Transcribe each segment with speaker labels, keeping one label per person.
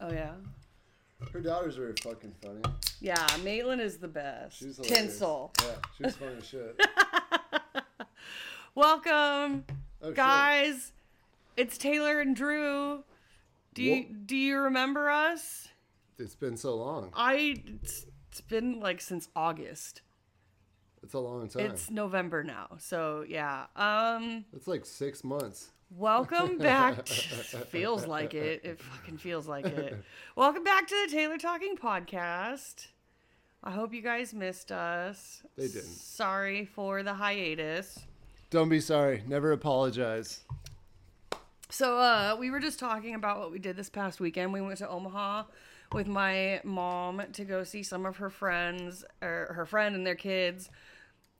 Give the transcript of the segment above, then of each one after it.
Speaker 1: Oh yeah.
Speaker 2: Her daughters are fucking funny.
Speaker 1: Yeah, Maitland is the best.
Speaker 2: She's hilarious.
Speaker 1: Tinsel.
Speaker 2: Yeah, she was funny as shit.
Speaker 1: Welcome,
Speaker 2: Oh, shit.
Speaker 1: guys. It's Taylor and Drew. Do you,
Speaker 2: Wha-
Speaker 1: do you remember us?
Speaker 2: It's been so long.
Speaker 1: I it's, it's been like since August.
Speaker 2: It's a long time.
Speaker 1: It's November now. So, yeah. Um
Speaker 2: It's like six months.
Speaker 1: welcome back. to- feels like it. It fucking feels like it. Welcome back to the Taylor Talking podcast. I hope you guys missed us.
Speaker 2: They didn't.
Speaker 1: Sorry for the hiatus.
Speaker 2: Don't be sorry. Never apologize.
Speaker 1: So uh, we were just talking about what we did this past weekend. We went to Omaha with my mom to go see some of her friends, or her friend and their kids,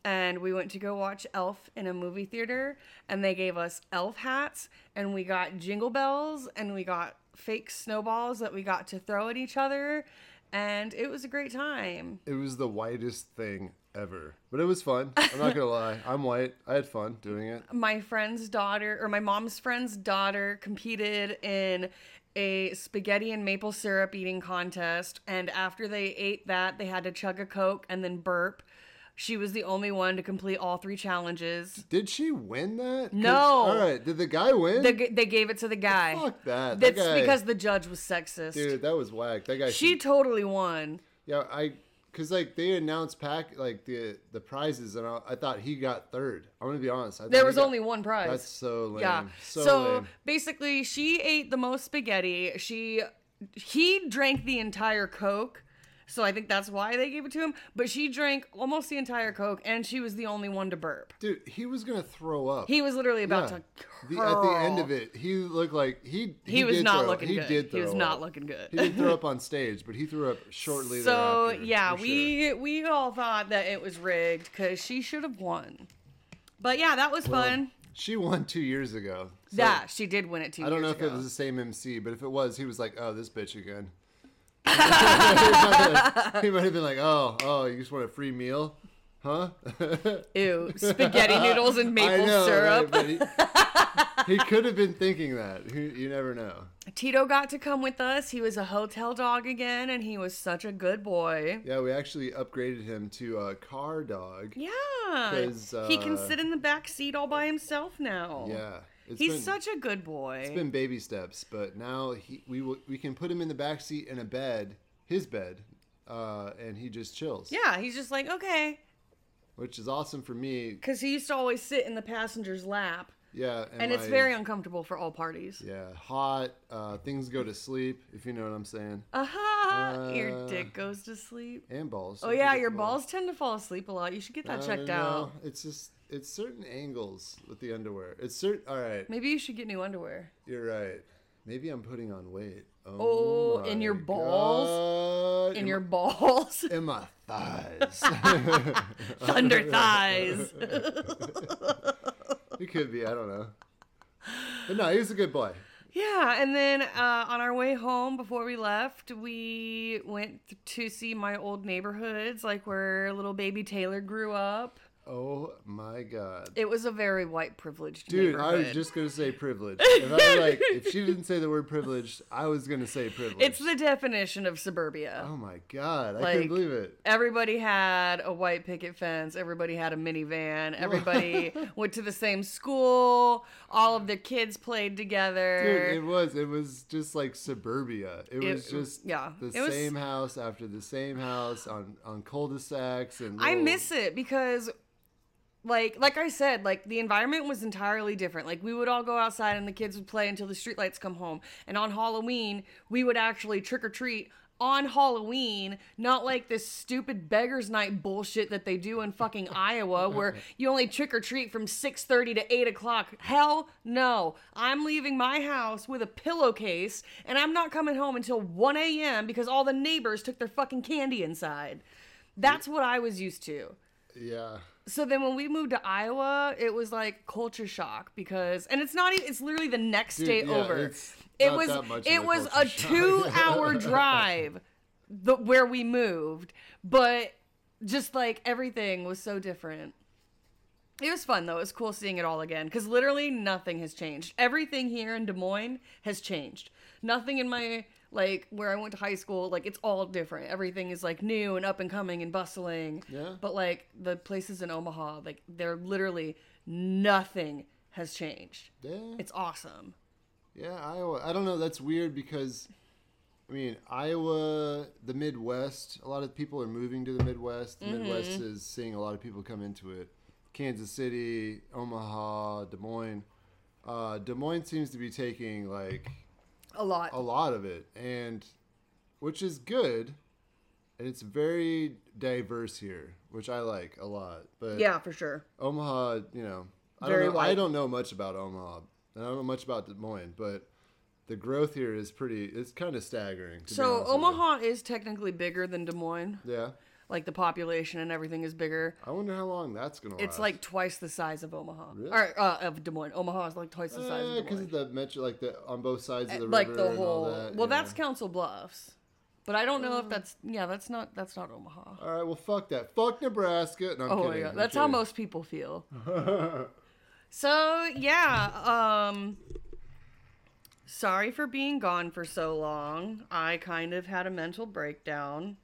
Speaker 1: and we went to go watch Elf in a movie theater. And they gave us Elf hats, and we got jingle bells, and we got fake snowballs that we got to throw at each other, and it was a great time.
Speaker 2: It was the whitest thing ever, but it was fun. I'm not gonna lie. I'm white. I had fun doing it.
Speaker 1: my friend's daughter or my mom's friend's daughter competed in a spaghetti and maple syrup eating contest and after they ate that they had to chug a coke and then burp she was the only one to complete all three challenges
Speaker 2: Did she win that? 'Cause-
Speaker 1: No.
Speaker 2: All right. Did the guy win?
Speaker 1: they, g- they gave it to the guy
Speaker 2: Fuck that. That
Speaker 1: that's
Speaker 2: guy-
Speaker 1: because the judge was sexist
Speaker 2: dude, that was whack. That guy.
Speaker 1: she totally won
Speaker 2: Yeah, I because like they announced pack like the the prizes, and I, I thought he got third. I'm gonna be honest. I thought
Speaker 1: there
Speaker 2: he
Speaker 1: was
Speaker 2: got-
Speaker 1: only one prize
Speaker 2: That's so lame.
Speaker 1: Yeah.
Speaker 2: um, So,
Speaker 1: So,
Speaker 2: lame.
Speaker 1: basically, she ate the most spaghetti. She he drank the entire Coke. So I think that's why they gave it to him. But she drank almost the entire Coke, and she was the only one to burp.
Speaker 2: dude, he was gonna throw up.
Speaker 1: He was literally about
Speaker 2: Yeah.
Speaker 1: to
Speaker 2: The- at the end
Speaker 1: curl.
Speaker 2: of it, he looked like he
Speaker 1: He, was
Speaker 2: did
Speaker 1: not
Speaker 2: throw-
Speaker 1: looking
Speaker 2: he
Speaker 1: good.
Speaker 2: Did
Speaker 1: he was
Speaker 2: throw
Speaker 1: not
Speaker 2: up.
Speaker 1: looking good.
Speaker 2: He did throw up on stage, but he threw up shortly
Speaker 1: so
Speaker 2: thereafter,
Speaker 1: yeah,
Speaker 2: for sure.
Speaker 1: we we all thought that it was rigged because she should have won. But yeah, that was fun.
Speaker 2: she won two years ago. So
Speaker 1: yeah, she did win it two
Speaker 2: I don't know
Speaker 1: years
Speaker 2: if it
Speaker 1: ago.
Speaker 2: was the same MC, but if it was, he was like, "Oh, this bitch again." he might have been like, "Oh, oh, you just want a free meal, huh?"
Speaker 1: Ew, spaghetti noodles and
Speaker 2: I
Speaker 1: maple
Speaker 2: know,
Speaker 1: syrup.
Speaker 2: right, but he, he could have been thinking that. Who- You never know.
Speaker 1: Tito got to come with us. He was a hotel dog again, and he was such a good boy.
Speaker 2: Yeah, we actually upgraded him to a car dog.
Speaker 1: Yeah,
Speaker 2: 'Cause,
Speaker 1: he can
Speaker 2: uh,
Speaker 1: sit in the back seat all by himself now.
Speaker 2: Yeah, it's
Speaker 1: he's
Speaker 2: been,
Speaker 1: such a good boy.
Speaker 2: it's been baby steps, but now he we will, we can put him in the back seat in a bed, his bed, uh, and he just chills.
Speaker 1: yeah, he's just like okay,
Speaker 2: which is awesome for me.
Speaker 1: because he used to always sit in the passenger's lap,
Speaker 2: Yeah, and,
Speaker 1: and it's
Speaker 2: my-
Speaker 1: very uncomfortable for all parties.
Speaker 2: yeah hot. Uh, things go to sleep if you know what I'm saying.
Speaker 1: Aha!
Speaker 2: Uh,
Speaker 1: your dick goes to sleep.
Speaker 2: And balls.
Speaker 1: Oh yeah, your balls tend to fall asleep a lot. You should get that checked out.
Speaker 2: It's just it's certain angles with the underwear. It's certain. All right,
Speaker 1: Maybe you should get new underwear.
Speaker 2: you're right. Maybe I'm putting on weight.
Speaker 1: Oh, in your balls?
Speaker 2: God.
Speaker 1: In your balls,
Speaker 2: in my thighs.
Speaker 1: thunder thighs.
Speaker 2: it could be. I don't know. But no, he was a good boy.
Speaker 1: Yeah, and then uh, on our way home before we left, we went to see my old neighborhoods, like where little baby Taylor grew up.
Speaker 2: Oh my god.
Speaker 1: It was a very white privileged
Speaker 2: Dude, I
Speaker 1: neighborhood.
Speaker 2: was just gonna say privilege. If I was like, if she didn't say the word privileged, I was gonna say privilege.
Speaker 1: It's the definition of suburbia.
Speaker 2: oh my god, I
Speaker 1: Like-
Speaker 2: couldn't believe it.
Speaker 1: Everybody had a white picket fence. Everybody had a minivan. Everybody went to the same school. All of their kids played together.
Speaker 2: Dude, it was. It was just like suburbia. It,
Speaker 1: It-
Speaker 2: was just
Speaker 1: yeah,
Speaker 2: the
Speaker 1: it was-
Speaker 2: same house after the same house on on cul-de-sacs and.
Speaker 1: I
Speaker 2: little-
Speaker 1: miss it because like like I said, like the environment was entirely different. Like we would all go outside and the kids would play until the streetlights come home. And on Halloween, we would actually trick or treat on Halloween, not like this stupid beggars night bullshit that they do in fucking Iowa where you only trick or treat from 6:30 to 8 o'clock. Hell no. I'm leaving my house with a pillowcase and I'm not coming home until 1 a.m. because all the neighbors took their fucking candy inside. That's what I was used to.
Speaker 2: Yeah.
Speaker 1: So then when we moved to Iowa, it was like culture shock because and it's not even it's literally the next day
Speaker 2: yeah,
Speaker 1: over.
Speaker 2: it's
Speaker 1: It
Speaker 2: not
Speaker 1: was
Speaker 2: that much of
Speaker 1: it
Speaker 2: a
Speaker 1: was a
Speaker 2: culture shock.
Speaker 1: 2-hour drive the, where we moved, but just like everything was so different. It was fun though. It was cool seeing it all again cuz literally nothing has changed. Everything here in Des Moines has changed. Nothing in my Like where I went to high school, like it's all different. Everything is like new and up and coming and bustling.
Speaker 2: Yeah.
Speaker 1: But like the places in Omaha, like they're literally nothing has changed.
Speaker 2: Yeah.
Speaker 1: It's awesome.
Speaker 2: Yeah, Iowa. I don't know. That's weird because, I mean, Iowa, the Midwest. A lot of people are moving to the Midwest. The Midwest
Speaker 1: Mm-hmm.
Speaker 2: is seeing a lot of people come into it. Kansas City, Omaha, Des Moines. Uh, Des Moines seems to be taking like
Speaker 1: A lot.
Speaker 2: a lot of it, and which is good. And it's very diverse here, which I like a lot. But
Speaker 1: yeah, for sure.
Speaker 2: Omaha, you know, I
Speaker 1: Very
Speaker 2: don't know, I
Speaker 1: white.
Speaker 2: don't know much about Omaha. and I don't know much about Des Moines, but the growth here is pretty. It's kind of staggering. to be
Speaker 1: So
Speaker 2: honest with you.
Speaker 1: Omaha is technically bigger than Des Moines.
Speaker 2: Yeah,
Speaker 1: Like the population and everything is bigger.
Speaker 2: I wonder how long that's gonna.
Speaker 1: It's like twice the size of Omaha.
Speaker 2: Really?
Speaker 1: Or uh, of Des Moines. Omaha is like twice the size of Des
Speaker 2: because
Speaker 1: Moines.
Speaker 2: Eh,
Speaker 1: Eh,
Speaker 2: of the metro, like the on both sides of the river,
Speaker 1: like the
Speaker 2: and all
Speaker 1: whole.
Speaker 2: that, Mm.
Speaker 1: well,
Speaker 2: yeah.
Speaker 1: that's Council Bluffs, but I don't know if that's yeah. That's not that's not Omaha.
Speaker 2: All right, well, fuck that. Fuck Nebraska. No, I'm
Speaker 1: oh
Speaker 2: kidding.
Speaker 1: my god,
Speaker 2: I'm
Speaker 1: that's how
Speaker 2: kidding.
Speaker 1: most people feel. so yeah, um, sorry for being gone for so long. I kind of had a mental breakdown.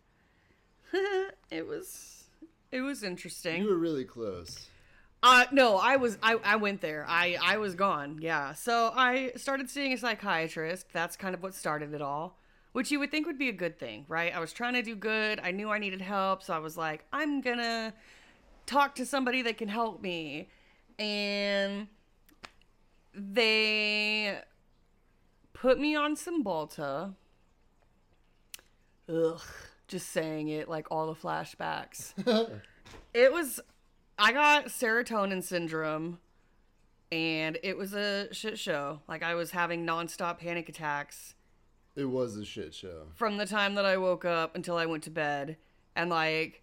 Speaker 1: it was it was interesting.
Speaker 2: You were really close.
Speaker 1: Uh, no, I was I, I went there. I I was gone. Yeah. So I started seeing a psychiatrist. That's kind of what started it all, which you would think would be a good thing, right? I was trying to do good. I knew I needed help, so I was like, I'm going to talk to somebody that can help me. And they put me on some Balta. Ugh, just saying it like all the flashbacks. it was I got serotonin syndrome and it was a shit show. Like I was having nonstop panic attacks
Speaker 2: It was a shit show.
Speaker 1: from the time that I woke up until I went to bed. And like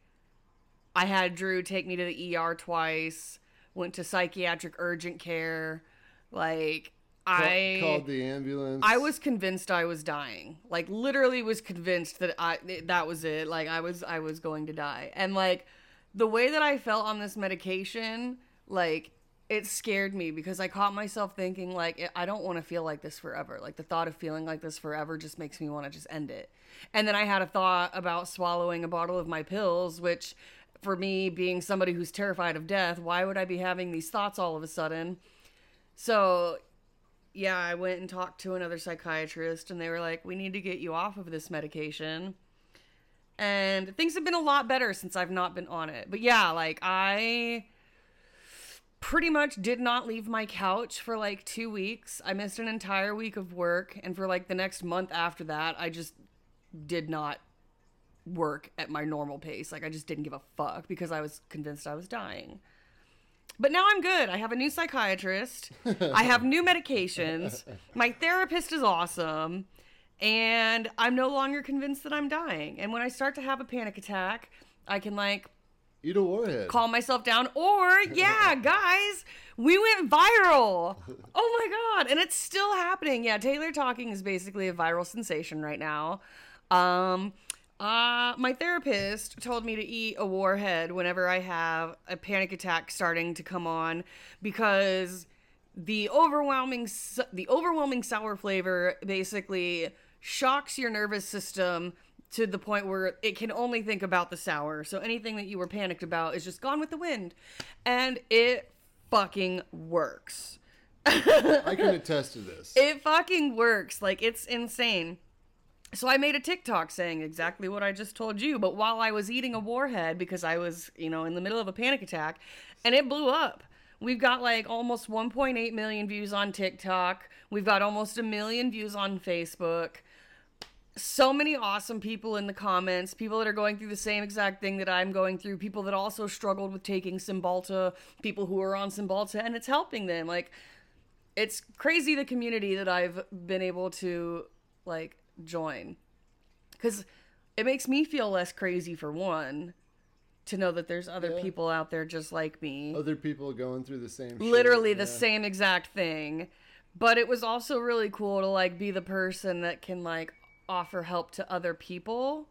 Speaker 1: I had Drew take me to the ER twice, went to psychiatric urgent care. Like I
Speaker 2: Called the ambulance.
Speaker 1: I was convinced I was dying. Like literally was convinced that I that was it. Like I was I was going to die. And like the way that I felt on this medication, like it scared me because I caught myself thinking like I don't want to feel like this forever. Like the thought of feeling like this forever just makes me want to just end it. And then I had a thought about swallowing a bottle of my pills, which for me being somebody who's terrified of death, why would I be having these thoughts all of a sudden? So yeah, I went and talked to another psychiatrist, and they were like, "We need to get you off of this medication." And things have been a lot better since I've not been on it. But yeah, like I pretty much did not leave my couch for like 2 weeks. I missed an entire week of work, and for like the next month after that, I just did not work at my normal pace. Like I just didn't give a fuck because I was convinced I was dying. But now I'm good. I have a new psychiatrist. I have new medications. My therapist is awesome. And I'm no longer convinced that I'm dying. And when I start to have a panic attack, I can like
Speaker 2: Eat a warhead.
Speaker 1: calm myself down. Or, yeah, guys, we went viral. Oh my God. And it's still happening. Yeah, Taylor talking is basically a viral sensation right now. Um, uh, my therapist told me to eat a warhead whenever I have a panic attack starting to come on because the overwhelming s- the overwhelming sour flavor basically shocks your nervous system to the point where it can only think about the sour. So anything that you were panicked about is just gone with the wind. And it fucking works.
Speaker 2: I can attest to this.
Speaker 1: It fucking works. Like it's insane. So I made a TikTok saying exactly what I just told you, but while I was eating a warhead because I was, you know, in the middle of a panic attack, and it blew up. We've got like almost 1.8 million views on TikTok. We've got almost a million views on Facebook so many awesome people in the comments, people that are going through the same exact thing that I'm going through, people that also struggled with taking Cymbalta, people who are on Cymbalta, and it's helping them. Like, it's crazy the community that I've been able to, like, join. Because it makes me feel less crazy, for one, to know that there's other
Speaker 2: Yeah.
Speaker 1: people out there just like me
Speaker 2: Other people going through the same. shit,
Speaker 1: literally the
Speaker 2: yeah.
Speaker 1: same exact thing but it was also really cool to like be the person that can like offer help to other people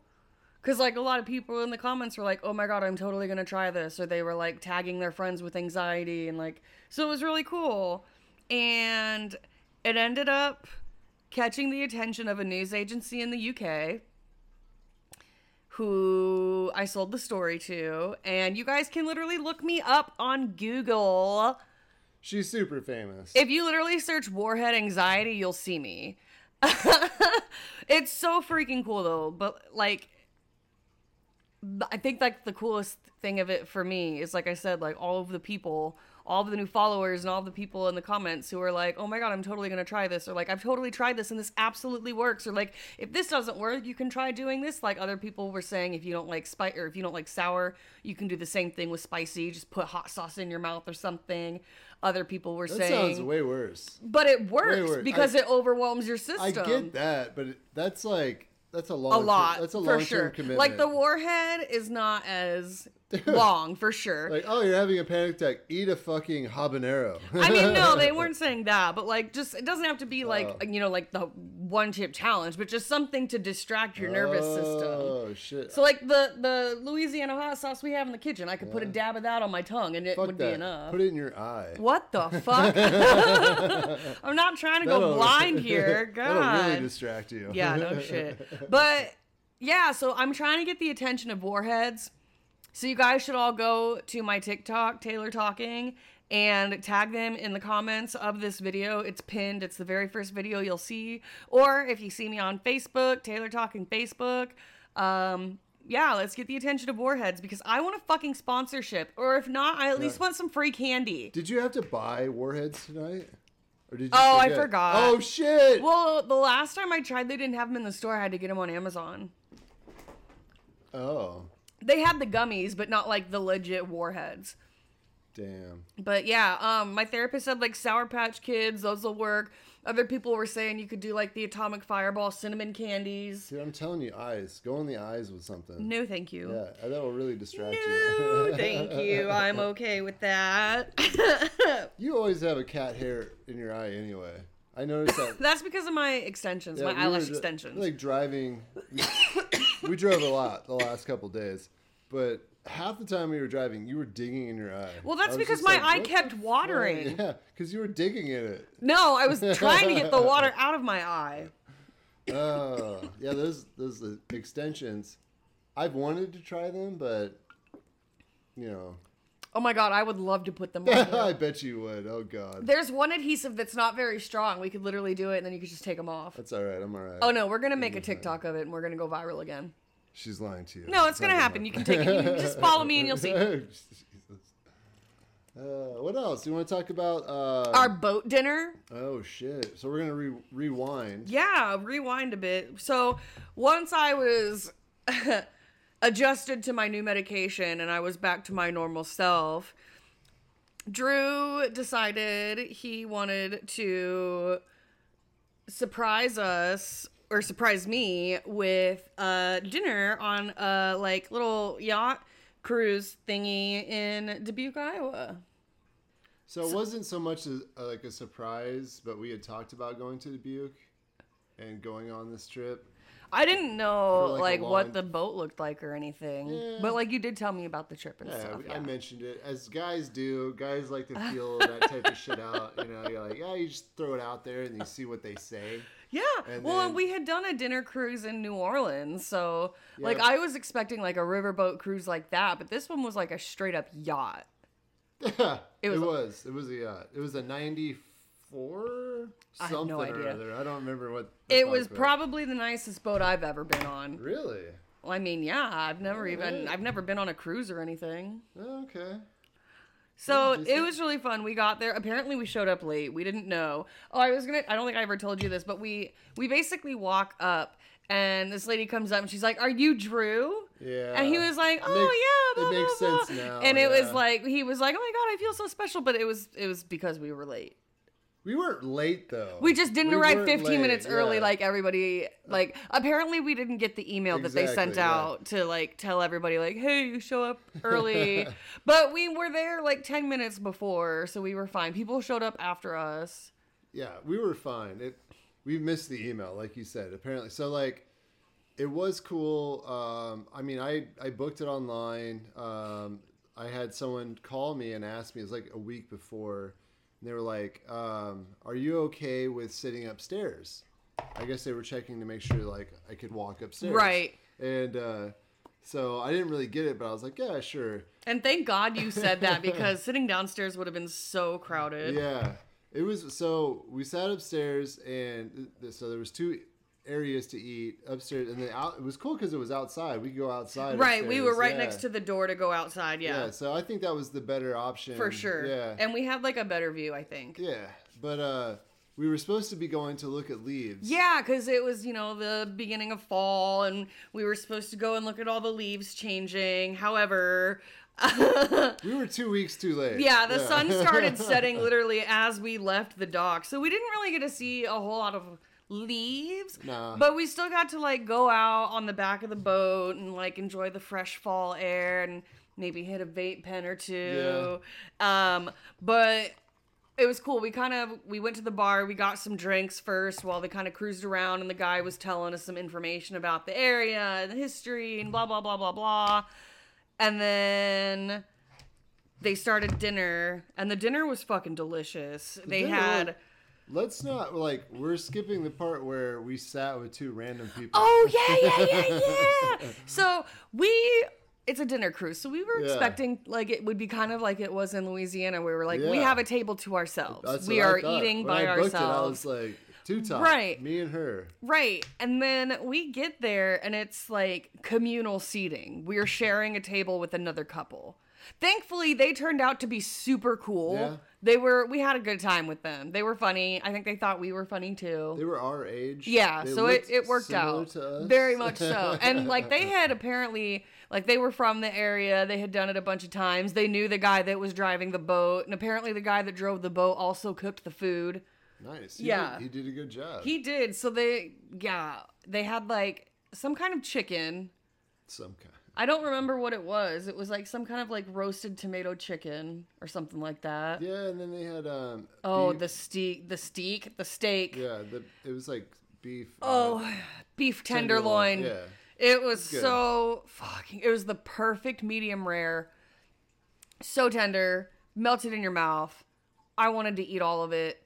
Speaker 1: because like a lot of people in the comments were like oh my god i'm totally gonna try this or they were like tagging their friends with anxiety and like so it was really cool and it ended up catching the attention of a news agency in the UK who I sold the story to. And you guys can literally look me up on Google.
Speaker 2: She's super famous.
Speaker 1: If you literally search Warhead Anxiety, you'll see me. it's so freaking cool though, but like I think like the coolest thing of it for me is like I said, like all of the people, all of the new followers and all of the people in the comments who are like, Oh my god, I'm totally gonna try this or like I've totally tried this and this absolutely works or like if this doesn't work, you can try doing this. Like other people were saying if you don't like spice or if you don't like sour, you can do the same thing with spicy, just put hot sauce in your mouth or something. Other people were
Speaker 2: that
Speaker 1: saying
Speaker 2: sounds way worse.
Speaker 1: But it works
Speaker 2: worse.
Speaker 1: because
Speaker 2: I-
Speaker 1: it overwhelms your system
Speaker 2: I get that, but it- that's like that's a
Speaker 1: a
Speaker 2: long.
Speaker 1: lot
Speaker 2: That's a long
Speaker 1: for
Speaker 2: term
Speaker 1: sure.
Speaker 2: commitment.
Speaker 1: Like the warhead is not as long for sure.
Speaker 2: Like, oh, you're having a panic attack. Eat a fucking habanero.
Speaker 1: I mean, no, they weren't saying that, but like, just it doesn't have to be like
Speaker 2: Oh.
Speaker 1: you know, like the one chip challenge, but just something to distract your nervous system.
Speaker 2: Oh shit!
Speaker 1: So like the the Louisiana hot sauce we have in the kitchen, I could put a dab of that on my tongue, and it
Speaker 2: Fuck
Speaker 1: would
Speaker 2: that.
Speaker 1: be enough.
Speaker 2: Put it in your eye.
Speaker 1: what the fuck? I'm not trying to go
Speaker 2: That'll-
Speaker 1: blind here. God.
Speaker 2: That'll really distract you.
Speaker 1: Yeah, no shit. But yeah, so I'm trying to get the attention of warheads. So you guys should all go to my TikTok, Taylor Talking, and tag them in the comments of this video. It's pinned. It's the very first video you'll see. Or if you see me on Facebook, Taylor Talking Facebook. Um, yeah, let's get the attention of warheads because I want a fucking sponsorship. Or if not, I at least
Speaker 2: Yeah.
Speaker 1: want some free candy.
Speaker 2: Did you have to buy warheads tonight? Or did you
Speaker 1: Oh, I
Speaker 2: forget?
Speaker 1: forgot.
Speaker 2: Oh shit!
Speaker 1: Well, the last time I tried, they didn't have them in the store. I had to get them on Amazon.
Speaker 2: Oh,
Speaker 1: they had the gummies, but not like the legit warheads.
Speaker 2: damn.
Speaker 1: But yeah, um, my therapist said like Sour Patch Kids, those will work. Other people were saying you could do like the Atomic Fireball cinnamon candies.
Speaker 2: Dude, I'm telling you, eyes. Go in the eyes with something.
Speaker 1: No, thank you.
Speaker 2: Yeah, that'll really distract
Speaker 1: No,
Speaker 2: you.
Speaker 1: thank you. I'm okay with that.
Speaker 2: You always have a cat hair in your eye anyway. I noticed that.
Speaker 1: That's because of my extensions,
Speaker 2: Yeah,
Speaker 1: my
Speaker 2: we
Speaker 1: eyelash
Speaker 2: were,
Speaker 1: extensions.
Speaker 2: Like driving, we, we drove a lot the last couple days, but half the time we were driving, you were digging in your eye.
Speaker 1: well,
Speaker 2: I was
Speaker 1: that's because
Speaker 2: just
Speaker 1: my
Speaker 2: like,
Speaker 1: eye
Speaker 2: what the
Speaker 1: kept
Speaker 2: fuck?
Speaker 1: watering.
Speaker 2: Yeah, because you were digging in it.
Speaker 1: No, I was trying to get the water out of my eye.
Speaker 2: Oh, yeah. Those those uh, extensions, I've wanted to try them, but you know,
Speaker 1: Oh my god, I would love to put them on.
Speaker 2: I bet you would. Oh God,
Speaker 1: There's one adhesive that's not very strong. We could literally do it and then you could just take them off.
Speaker 2: that's all right. I'm all right.
Speaker 1: Oh no, we're gonna make a TikTok of it and we're gonna go viral again.
Speaker 2: she's lying to you.
Speaker 1: No, it's gonna happen. You can take it. You can just follow me and you'll see.
Speaker 2: Jesus. Uh, what else? You want to talk about? Uh,
Speaker 1: Our boat dinner.
Speaker 2: oh shit! So we're gonna re- rewind.
Speaker 1: Yeah, rewind a bit. So once I was adjusted to my new medication and I was back to my normal self, Drew decided he wanted to surprise us or surprise me with uh, dinner on a like little yacht cruise thingy in Dubuque, Iowa.
Speaker 2: So it wasn't so much a, a- like a surprise, but we had talked about going to Dubuque and going on this trip.
Speaker 1: I didn't know
Speaker 2: For, like, a
Speaker 1: like, what
Speaker 2: long-
Speaker 1: the boat looked like or anything,
Speaker 2: Yeah.
Speaker 1: but like you did tell me about the trip and
Speaker 2: Yeah,
Speaker 1: stuff.
Speaker 2: we-
Speaker 1: Yeah.
Speaker 2: I mentioned it as guys do. Guys like to feel that type of shit out. You know, you're like, yeah, you just throw it out there and you see what they say.
Speaker 1: Yeah.
Speaker 2: And
Speaker 1: well, and
Speaker 2: then-
Speaker 1: we had done a dinner cruise in New Orleans, so like
Speaker 2: Yeah.
Speaker 1: I was expecting like a riverboat cruise like that, but this one was like a straight up yacht.
Speaker 2: it,
Speaker 1: was-
Speaker 2: was, it was. a yacht. It was a ninety-four
Speaker 1: have
Speaker 2: something
Speaker 1: no
Speaker 2: or
Speaker 1: idea.
Speaker 2: other. I don't remember what. the
Speaker 1: It
Speaker 2: fuck
Speaker 1: was probably the nicest boat I've ever been on.
Speaker 2: really
Speaker 1: Well, I mean, yeah, I've never even
Speaker 2: Alright.
Speaker 1: I've never been on a cruise or anything.
Speaker 2: Oh, okay.
Speaker 1: So
Speaker 2: Yeah,
Speaker 1: it
Speaker 2: decent.
Speaker 1: was really fun. We got there. Apparently, we showed up late. We didn't know. Oh, I was gonna. I don't think I ever told you this, but we we basically walk up, and this lady comes up, and she's like, "Are you Drew?"
Speaker 2: Yeah.
Speaker 1: And he was like,
Speaker 2: It makes-
Speaker 1: "Oh yeah,
Speaker 2: it
Speaker 1: blah, blah,
Speaker 2: makes
Speaker 1: blah."
Speaker 2: sense now,
Speaker 1: And it was
Speaker 2: yeah.
Speaker 1: like he was like, "Oh my god, I feel so special," but it was it was because we were late.
Speaker 2: We weren't late though.
Speaker 1: We just didn't
Speaker 2: We
Speaker 1: arrive
Speaker 2: weren't
Speaker 1: 15
Speaker 2: late,
Speaker 1: minutes early
Speaker 2: yeah.
Speaker 1: like everybody like apparently we didn't get the email that they sent
Speaker 2: Exactly, yeah.
Speaker 1: out to like tell everybody like hey you show up early but we were there like 10 minutes before so we were fine. People showed up after us.
Speaker 2: Yeah, we were fine. It we missed the email, like you said, apparently. So like it was cool. Um, I mean I, I booked it online. Um, I had someone call me and ask me, it was like a week before, and they were like, um, are you okay with sitting upstairs? I guess they were checking to make sure like I could walk upstairs.
Speaker 1: Right.
Speaker 2: And uh, so I didn't really get it, but I was like, yeah, sure.
Speaker 1: And thank God you said that because sitting downstairs would have been so crowded.
Speaker 2: Yeah. It was so we sat upstairs and th- so there was two areas to eat upstairs and the out, it was cool because it was outside. We could go outside.
Speaker 1: Right, we were
Speaker 2: upstairs.
Speaker 1: right
Speaker 2: Yeah.
Speaker 1: next to the door to go outside. Yeah,
Speaker 2: Yeah, so I think that was the better option
Speaker 1: for sure.
Speaker 2: Yeah.
Speaker 1: And we had like a better view, I think.
Speaker 2: yeah. But uh we were supposed to be going to look at leaves.
Speaker 1: Yeah, because it was, you know, the beginning of fall and we were supposed to go and look at all the leaves changing. However,
Speaker 2: We were two weeks too late.
Speaker 1: yeah, the sun started setting literally as we left the dock. So we didn't really get to see a whole lot of leaves.
Speaker 2: Nah.
Speaker 1: But we still got to like go out on the back of the boat and like enjoy the fresh fall air and maybe hit a vape pen or two. Um, but it was cool. We kind of we went to the bar. We got some drinks first while they kind of cruised around, and the guy was telling us some information about the area and the history and blah blah blah blah blah. And then they started dinner, and the dinner was fucking delicious. they
Speaker 2: dinner
Speaker 1: had.
Speaker 2: was- Let's not like we're skipping the part where we sat with two random people.
Speaker 1: Oh yeah, yeah, yeah, yeah. so we it's a dinner cruise, so we were
Speaker 2: Yeah.
Speaker 1: expecting like it would be kind of like it was in Louisiana. where We were like, we
Speaker 2: Yeah.
Speaker 1: have a table to ourselves.
Speaker 2: That's
Speaker 1: we
Speaker 2: what I
Speaker 1: are
Speaker 2: thought.
Speaker 1: eating
Speaker 2: When
Speaker 1: by
Speaker 2: I booked it, I
Speaker 1: ourselves.
Speaker 2: was like, two top,
Speaker 1: Right.
Speaker 2: Me and her.
Speaker 1: Right. And then we get there and it's like communal seating. We're sharing a table with another couple. Thankfully, they turned out to be super cool.
Speaker 2: Yeah.
Speaker 1: They were we had a good time with them. They were funny. I think they thought we were funny too.
Speaker 2: They were our age.
Speaker 1: Yeah,
Speaker 2: They
Speaker 1: so it,
Speaker 2: looked
Speaker 1: it worked
Speaker 2: similar
Speaker 1: out.
Speaker 2: to us.
Speaker 1: Very much so. And like they had apparently like they were from the area, they had done it a bunch of times. They knew the guy that was driving the boat, and apparently the guy that drove the boat also cooked the food.
Speaker 2: nice. He
Speaker 1: Yeah.
Speaker 2: did, he did a good job.
Speaker 1: He did. So they yeah, they had like some kind of chicken.
Speaker 2: Some kind.
Speaker 1: I don't remember what it was. It was like some kind of like roasted tomato chicken or something like that.
Speaker 2: Yeah, and then they had um.
Speaker 1: Oh,
Speaker 2: beef-
Speaker 1: the steak, the steak, the steak.
Speaker 2: yeah. The, it was like beef. uh,
Speaker 1: Oh, beef tenderloin.
Speaker 2: tenderloin,
Speaker 1: It was
Speaker 2: good.
Speaker 1: so fucking. It was the perfect medium rare. So tender, melted in your mouth. I wanted to eat all of it.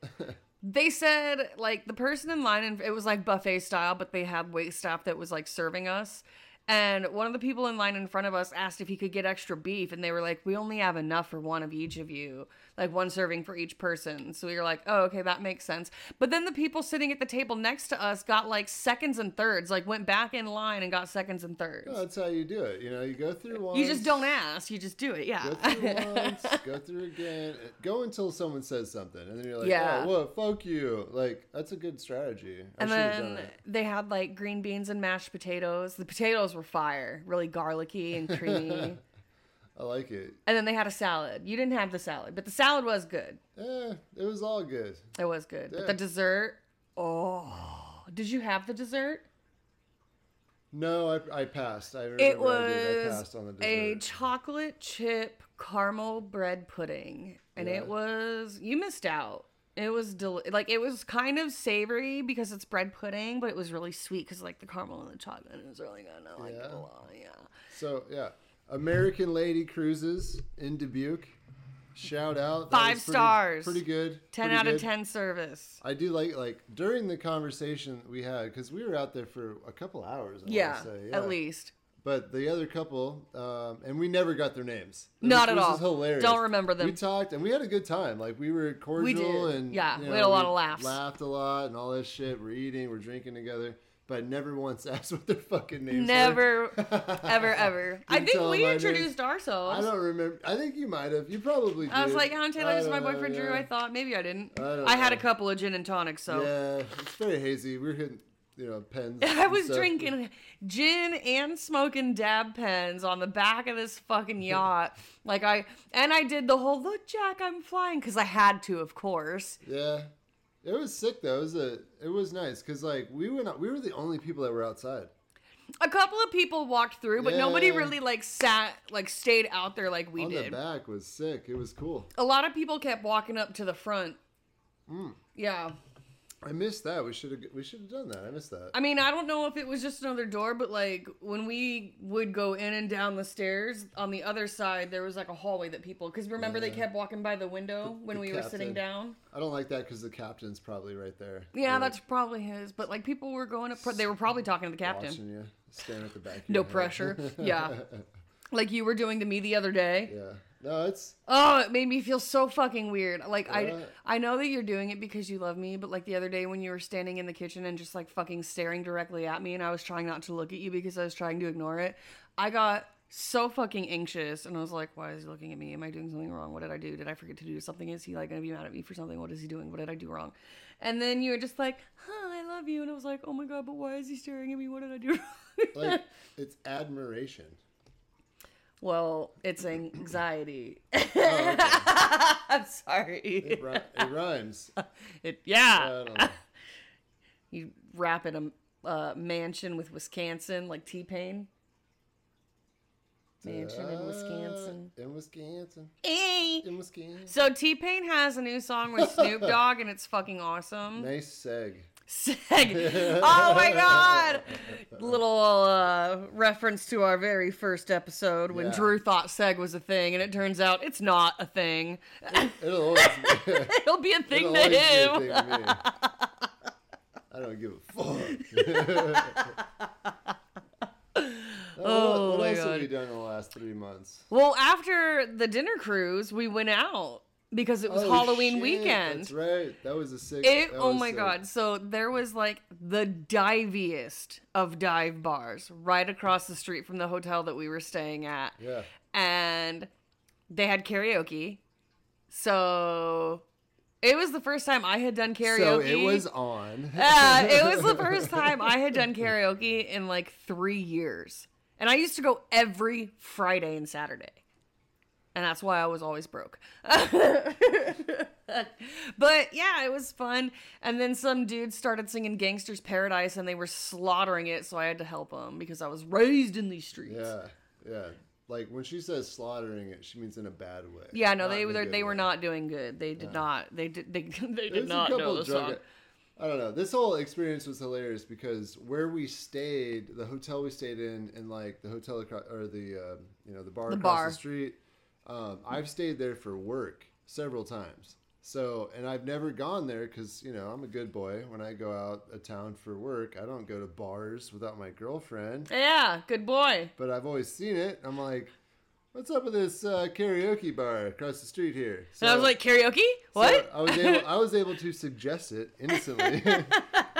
Speaker 1: they said like the person in line, and it was like buffet style, but they had wait staff that was like serving us. And one of the people in line in front of us asked if he could get extra beef, and they were like, "We only have enough for one of each of you, like one serving for each person." So we were like, "Oh, okay, that makes sense." But then the people sitting at the table next to us got like seconds and thirds, like went back in line and got seconds and thirds.
Speaker 2: that's how you do it. You know, you go through once.
Speaker 1: You just don't ask. You just do it. Yeah.
Speaker 2: Go through once, go through again, go until someone says something, and then you're like,
Speaker 1: Yeah.
Speaker 2: "Oh, what? Fuck you!" Like that's a good strategy. I
Speaker 1: and
Speaker 2: should have done
Speaker 1: then
Speaker 2: it.
Speaker 1: they had like green beans and mashed potatoes. The potatoes were fire, really garlicky and creamy.
Speaker 2: I like it.
Speaker 1: and then they had a salad. You didn't have the salad, but the salad was good.
Speaker 2: Eh, it was all good.
Speaker 1: It was good. But
Speaker 2: Yeah.
Speaker 1: the dessert, oh, did you have the dessert?
Speaker 2: No, I, I passed. I remember
Speaker 1: It
Speaker 2: I, did. I
Speaker 1: was
Speaker 2: passed on the
Speaker 1: a
Speaker 2: dessert.
Speaker 1: chocolate chip caramel bread pudding, and
Speaker 2: Yeah.
Speaker 1: it was you missed out. It was del- like it was kind of savory because it's bread pudding, but it was really sweet because like the caramel and the chocolate. It was really good. I liked it
Speaker 2: Yeah.
Speaker 1: a lot. Yeah.
Speaker 2: so yeah, American Lady Cruises in Dubuque. Shout out. That
Speaker 1: Five
Speaker 2: was
Speaker 1: stars.
Speaker 2: Pretty good.
Speaker 1: 10
Speaker 2: pretty
Speaker 1: out of
Speaker 2: good.
Speaker 1: 10 service.
Speaker 2: I do like like during the conversation we had because we were out there for a couple hours. I wanna
Speaker 1: Yeah,
Speaker 2: say,
Speaker 1: at least.
Speaker 2: But the other couple, um, and we never got their names.
Speaker 1: Not
Speaker 2: Which
Speaker 1: at
Speaker 2: was
Speaker 1: all.
Speaker 2: Hilarious.
Speaker 1: Don't remember them.
Speaker 2: We talked and we had a good time. Like we were cordial
Speaker 1: did.
Speaker 2: and
Speaker 1: Yeah,
Speaker 2: you
Speaker 1: we
Speaker 2: know,
Speaker 1: had a lot of laughs.
Speaker 2: Laughed a lot and all this shit. We're eating. We're drinking together. But never once asked what their fucking names. were.
Speaker 1: Never, ever, ever. I
Speaker 2: You
Speaker 1: think
Speaker 2: tell
Speaker 1: we
Speaker 2: my name.
Speaker 1: introduced
Speaker 2: I
Speaker 1: ourselves. I,
Speaker 2: don't remember. I think you might have. You probably. Did.
Speaker 1: was like, Alan Taylor, this is my
Speaker 2: don't know,
Speaker 1: boyfriend Drew.
Speaker 2: yeah.
Speaker 1: I thought maybe I didn't. I,
Speaker 2: I don't
Speaker 1: had a
Speaker 2: know.
Speaker 1: couple of gin and tonics, so.
Speaker 2: Yeah, it's very hazy. We were hitting, you know, pens.
Speaker 1: I
Speaker 2: and
Speaker 1: was
Speaker 2: stuff.
Speaker 1: drinking gin and smoking dab pens on the back of this fucking yacht. like I and I did the whole look, Jack, I'm flying because I had to, of course.
Speaker 2: Yeah, it was sick though. It was a, it was nice because like we went, out, we were the only people that were outside.
Speaker 1: A couple of people walked through, but nobody
Speaker 2: Yeah.
Speaker 1: really like sat, like stayed out there like we
Speaker 2: On
Speaker 1: did.
Speaker 2: the back was sick. It was cool. Mm.
Speaker 1: a lot of people kept walking up to the front. Yeah.
Speaker 2: I missed that. We should have. We should have done that. I missed that.
Speaker 1: I mean, I don't know if it was just another door, but like when we would go in and down the stairs on the other side, there was like a hallway that people. Because remember, they
Speaker 2: Yeah.
Speaker 1: kept walking by the window when
Speaker 2: the
Speaker 1: we were sitting
Speaker 2: captain.
Speaker 1: down.
Speaker 2: I don't like that because the captain's probably right there.
Speaker 1: Yeah,
Speaker 2: Like,
Speaker 1: that's probably his. But like people were going up. Pro- they were probably talking to the captain.
Speaker 2: watching you stand at the back. of
Speaker 1: No
Speaker 2: your head.
Speaker 1: pressure. Yeah. Like you were doing to me the other day.
Speaker 2: Yeah. No, it's
Speaker 1: Oh, it made me feel so fucking weird. Like
Speaker 2: Yeah.
Speaker 1: I I know that you're doing it because you love me, but like the other day when you were standing in the kitchen and just like fucking staring directly at me and I was trying not to look at you because I was trying to ignore it, I got so fucking anxious and I was like, why is he looking at me? Am I doing something wrong? What did I do? Did I forget to do something? Is he like going to be mad at me for something? What is he doing? What did I do wrong? And then you were just like, huh, I love you. And I was like, oh my God, but why is he staring at me? What did I do wrong?
Speaker 2: like it's admiration.
Speaker 1: well, it's anxiety.
Speaker 2: Oh, okay.
Speaker 1: I'm sorry.
Speaker 2: it, rhy- it rhymes.
Speaker 1: It, yeah.
Speaker 2: I don't know.
Speaker 1: You rap in a uh, mansion with Wisconsin, like T Pain. Mansion
Speaker 2: Uh,
Speaker 1: in Wisconsin.
Speaker 2: In Wisconsin.
Speaker 1: Hey.
Speaker 2: In Wisconsin.
Speaker 1: So T Pain has a new song with Snoop Dogg, and it's fucking awesome.
Speaker 2: Nice seg.
Speaker 1: Seg. Oh my god! Little uh, reference to our very first episode when
Speaker 2: Yeah.
Speaker 1: Drew thought Seg was a thing, and it turns out it's not a thing.
Speaker 2: It'll always,
Speaker 1: It'll be a
Speaker 2: it'll
Speaker 1: thing
Speaker 2: always
Speaker 1: to
Speaker 2: be a
Speaker 1: him.
Speaker 2: thing to me. I don't give a fuck.
Speaker 1: Oh,
Speaker 2: what
Speaker 1: my
Speaker 2: else
Speaker 1: God.
Speaker 2: have you done in the last three months?
Speaker 1: Well, after the dinner cruise, we went out because it was
Speaker 2: Oh,
Speaker 1: Halloween
Speaker 2: shit,
Speaker 1: weekend.
Speaker 2: That's right. That was a sick.
Speaker 1: It,
Speaker 2: that
Speaker 1: oh
Speaker 2: was
Speaker 1: my
Speaker 2: sick.
Speaker 1: god. So there was like the diviest of dive bars right across the street from the hotel that we were staying at.
Speaker 2: Yeah.
Speaker 1: And they had karaoke. So it was the first time I had done karaoke.
Speaker 2: So it was on.
Speaker 1: Yeah, Uh, it was the first time I had done karaoke in like 3 years. And I used to go every Friday and Saturday. And that's why I was always broke. But yeah, it was fun. And then some dudes started singing Gangster's Paradise and they were slaughtering it, so I had to help them because I was raised in these streets.
Speaker 2: Yeah, yeah. Like when she says slaughtering it, she means in a bad way.
Speaker 1: Yeah, no,
Speaker 2: not
Speaker 1: they
Speaker 2: in a
Speaker 1: were
Speaker 2: good
Speaker 1: they
Speaker 2: way.
Speaker 1: were not doing good. They did not. They did they, they
Speaker 2: There's
Speaker 1: did
Speaker 2: a
Speaker 1: not
Speaker 2: couple
Speaker 1: know the
Speaker 2: of drug-
Speaker 1: song.
Speaker 2: I don't know. This whole experience was hilarious because where we stayed, the hotel we stayed in, and like the hotel across, or the um, you know the bar
Speaker 1: The
Speaker 2: across
Speaker 1: bar.
Speaker 2: the street. Um, I've stayed there for work several times. So, and I've never gone there because you know I'm a good boy. When I go out of town for work, I don't go to bars without my girlfriend.
Speaker 1: Yeah, good boy.
Speaker 2: but I've always seen it. I'm like, what's up with this uh, karaoke bar across the street here? So
Speaker 1: and I was like, karaoke?
Speaker 2: so
Speaker 1: What?
Speaker 2: I was able, I was able to suggest it innocently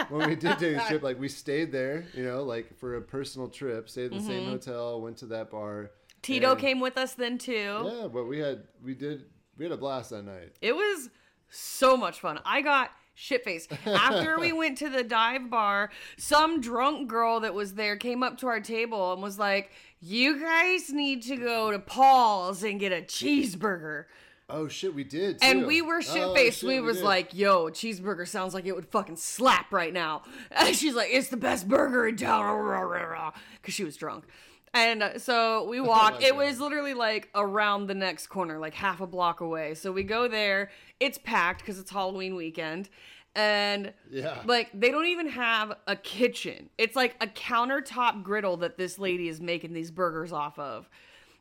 Speaker 2: when we did take a trip. Like we stayed there, you know, like for a personal trip, stayed at the same hotel, went to that bar.
Speaker 1: Mm-hmm. Tito
Speaker 2: and-
Speaker 1: came with us then too.
Speaker 2: Yeah, but we had we did we had a blast that night.
Speaker 1: It was so much fun. I got shit faced. After we went to the dive bar, some drunk girl that was there came up to our table and was like, You guys need to go to Paul's and get a cheeseburger.
Speaker 2: Oh shit, we did. Too.
Speaker 1: And we were shit
Speaker 2: Oh,
Speaker 1: faced.
Speaker 2: shit,
Speaker 1: we was
Speaker 2: did.
Speaker 1: like, yo, a cheeseburger sounds like it would fucking slap right now. And she's like, it's the best burger in town. Because she was drunk. And uh, so we walked.
Speaker 2: Oh my
Speaker 1: it
Speaker 2: God.
Speaker 1: was literally like around the next corner, like half a block away. So we go there. It's packed because it's Halloween weekend. And
Speaker 2: Yeah.
Speaker 1: like they don't even have a kitchen. It's like a countertop griddle that this lady is making these burgers off of.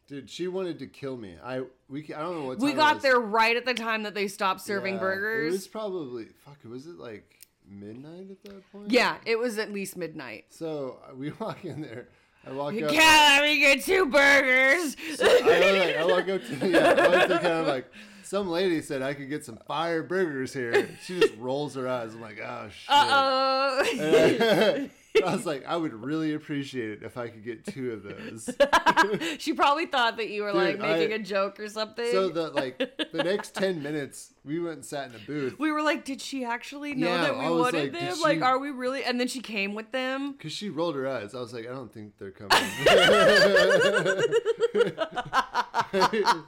Speaker 2: dude, she wanted to kill me. I we ca- I don't know what
Speaker 1: We
Speaker 2: time it
Speaker 1: got
Speaker 2: was.
Speaker 1: there right at the time that they stopped serving
Speaker 2: Yeah,
Speaker 1: burgers.
Speaker 2: It was probably fuck. Was it like midnight at that point?
Speaker 1: Yeah, it was at least midnight.
Speaker 2: So uh, we walk in there. I walk
Speaker 1: You
Speaker 2: up.
Speaker 1: can't let me get two burgers.
Speaker 2: I, like, I walk up to the yeah, I walk up to kind of like some lady said I could get some fire burgers here. She just rolls her eyes. I'm like, oh shit.
Speaker 1: Uh oh.
Speaker 2: And I was like, I would really appreciate it if I could get two of those.
Speaker 1: she probably thought that you were like
Speaker 2: Dude, I-
Speaker 1: making a joke or something.
Speaker 2: So the like the next ten minutes, we went and sat in a booth
Speaker 1: we were like, did she actually know
Speaker 2: Yeah,
Speaker 1: that we
Speaker 2: I was
Speaker 1: wanted
Speaker 2: like, did
Speaker 1: them?
Speaker 2: she-
Speaker 1: Like, are we really? And then she came with them.
Speaker 2: because she rolled her eyes. I was like, I don't think they're coming.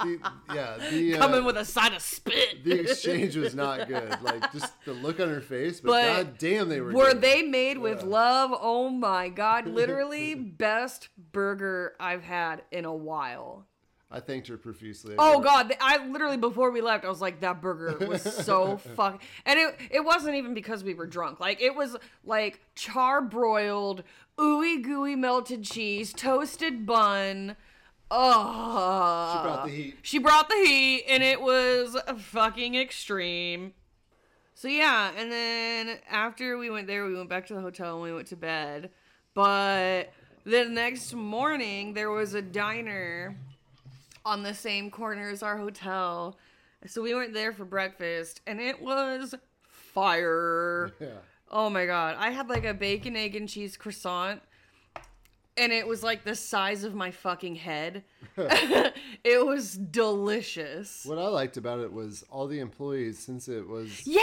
Speaker 2: The- yeah, the, uh,
Speaker 1: Coming with a side of spit.
Speaker 2: the exchange was not good. Like just the look on her face, but,
Speaker 1: But
Speaker 2: god damn they were
Speaker 1: Were
Speaker 2: good.
Speaker 1: they made with love? Oh my god! Literally, best burger I've had in a while.
Speaker 2: I thanked her profusely. I
Speaker 1: Oh
Speaker 2: never-
Speaker 1: god, th- I literally before we left, I was like, that burger was so fuck, and it it wasn't even because we were drunk. Like it was like char broiled, ooey gooey melted cheese, toasted bun. Ugh.
Speaker 2: She brought the heat.
Speaker 1: She brought the heat, and it was fucking extreme. So yeah, and then after we went there, we went back to the hotel and we went to bed. But the next morning, there was a diner on the same corner as our hotel. So we went there for breakfast, and it was fire.
Speaker 2: Yeah.
Speaker 1: Oh my god. I had like a bacon, egg, and cheese croissant. And it was like the size of my fucking head. it was delicious.
Speaker 2: What I liked about it was all the employees, since it was
Speaker 1: Yeah.